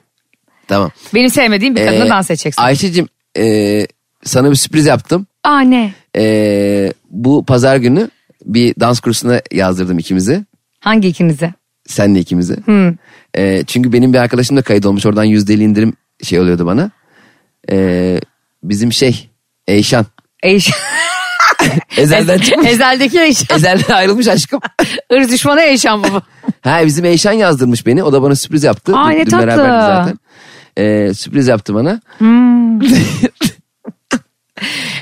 Speaker 3: tamam.
Speaker 2: Benim sevmediğim bir kadına
Speaker 3: Ee,
Speaker 2: dans edeceksin.
Speaker 3: Ayşe'cim e, sana bir sürpriz yaptım.
Speaker 2: Aa ne?
Speaker 3: E, bu pazar günü bir dans kursuna yazdırdım ikimizi.
Speaker 2: Hangi ikinize?
Speaker 3: Senle ikimizi. E, çünkü benim bir arkadaşım da kayıt olmuş. Oradan yüzdeli indirim şey oluyordu bana. E, bizim şey Eyşan.
Speaker 2: Eyş. [laughs]
Speaker 3: Ezel'den çıkmış.
Speaker 2: Ezeldeki Eyşan.
Speaker 3: Ezel'den
Speaker 2: [laughs]
Speaker 3: ayrılmış aşkım.
Speaker 2: Irz düşmanı Eyşan baba.
Speaker 3: Ha bizim Eyşan yazdırmış beni. O da bana sürpriz yaptı.
Speaker 2: Aa,
Speaker 3: Dün-
Speaker 2: ne
Speaker 3: dün
Speaker 2: tatlı.
Speaker 3: beraberdik zaten. E, sürpriz yaptı bana. [laughs] Ona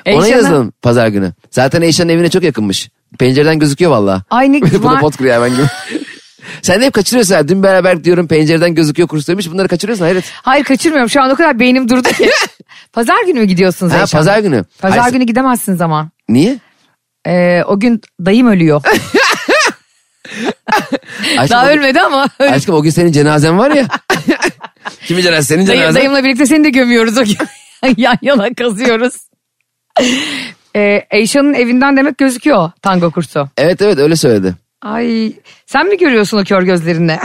Speaker 2: Eyşan'a-
Speaker 3: yazalım pazar günü. Zaten Eyşan'ın evine çok yakınmış. Pencereden gözüküyor valla.
Speaker 2: Ay
Speaker 3: [laughs]
Speaker 2: ne
Speaker 3: Bu da
Speaker 2: var-
Speaker 3: pot kırıyor ben gibi. Sen de hep kaçırıyorsun. ha. Dün beraber diyorum pencereden gözüküyor kurs demiş. Bunları kaçırıyorsun hayret.
Speaker 2: Hayır kaçırmıyorum şu an o kadar beynim durdu
Speaker 3: [laughs]
Speaker 2: ki. pazar günü mü gidiyorsunuz
Speaker 3: Ha,
Speaker 2: Eyşan'la?
Speaker 3: pazar günü.
Speaker 2: Pazar
Speaker 3: Hayır,
Speaker 2: günü gidemezsiniz ama.
Speaker 3: Niye?
Speaker 2: Ee, o gün dayım
Speaker 3: [laughs]
Speaker 2: ölüyor.
Speaker 3: Aşkım,
Speaker 2: Daha
Speaker 3: o gün-
Speaker 2: ölmedi ama. öl-
Speaker 3: Aşkım o gün senin cenazen
Speaker 2: [laughs]
Speaker 3: var ya. Kimin cenazesi? Senin
Speaker 2: Dayı,
Speaker 3: cenazen.
Speaker 2: dayımla birlikte seni de gömüyoruz o gün. [laughs] Yan yana
Speaker 3: [laughs]
Speaker 2: kazıyoruz. Ee, Eyşan'ın evinden demek gözüküyor tango kursu.
Speaker 3: Evet evet öyle söyledi.
Speaker 2: Ay sen mi görüyorsun o kör gözlerinle?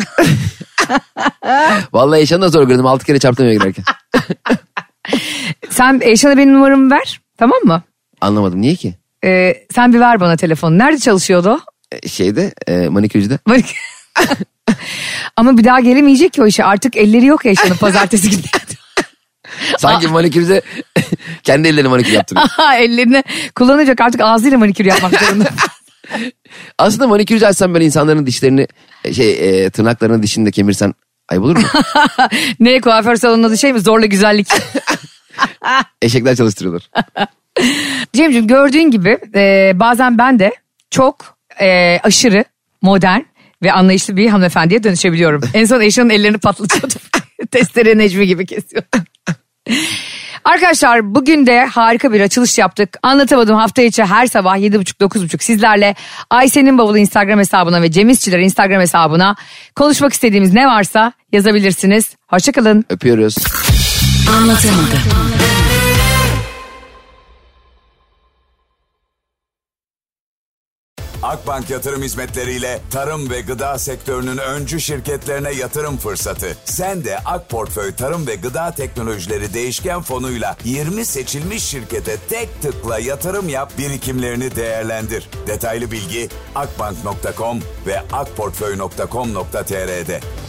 Speaker 2: [laughs]
Speaker 3: Vallahi Eyşan'ı da zor gördüm. Altı kere çarptım
Speaker 2: [laughs]
Speaker 3: eve giderken.
Speaker 2: sen Eyşan'a benim numaramı ver tamam mı?
Speaker 3: Anlamadım niye ki?
Speaker 2: Ee, sen bir ver bana telefonu. Nerede çalışıyordu o?
Speaker 3: E, Şeyde e, manikürcüde.
Speaker 2: Bak- Ama bir daha gelemeyecek ki o işe. Artık elleri yok Eyşan'ın pazartesi
Speaker 3: [laughs]
Speaker 2: günü.
Speaker 3: Sanki manikürcüde [laughs] kendi ellerini manikür yaptırıyor.
Speaker 2: Aha, ellerini kullanacak artık ağzıyla manikür yapmak zorunda.
Speaker 3: Aslında manikürcü açsan böyle insanların dişlerini e, şey e, tırnaklarını dişini de kemirsen
Speaker 2: [laughs]
Speaker 3: ayıp olur mu?
Speaker 2: ne kuaför salonunun adı şey mi zorla güzellik.
Speaker 3: Eşekler çalıştırılır.
Speaker 2: Cemciğim gördüğün gibi e, bazen ben de çok e, aşırı modern ve anlayışlı bir hanımefendiye dönüşebiliyorum. En son Eşan'ın ellerini patlatıyordum. [laughs] Testere Necmi gibi kesiyordum. Arkadaşlar bugün de harika bir açılış yaptık. Anlatamadım hafta içi her sabah 7.30-9.30 sizlerle Ayşe'nin bavulu Instagram hesabına ve Cem İşçiler Instagram hesabına konuşmak istediğimiz ne varsa yazabilirsiniz. Hoşçakalın.
Speaker 3: Öpüyoruz.
Speaker 6: Akbank Yatırım Hizmetleri ile tarım ve gıda sektörünün öncü şirketlerine yatırım fırsatı. Sen de Ak Portföy Tarım ve Gıda Teknolojileri Değişken Fonu'yla 20 seçilmiş şirkete tek tıkla yatırım yap, birikimlerini değerlendir. Detaylı bilgi akbank.com ve akportföy.com.tr'de.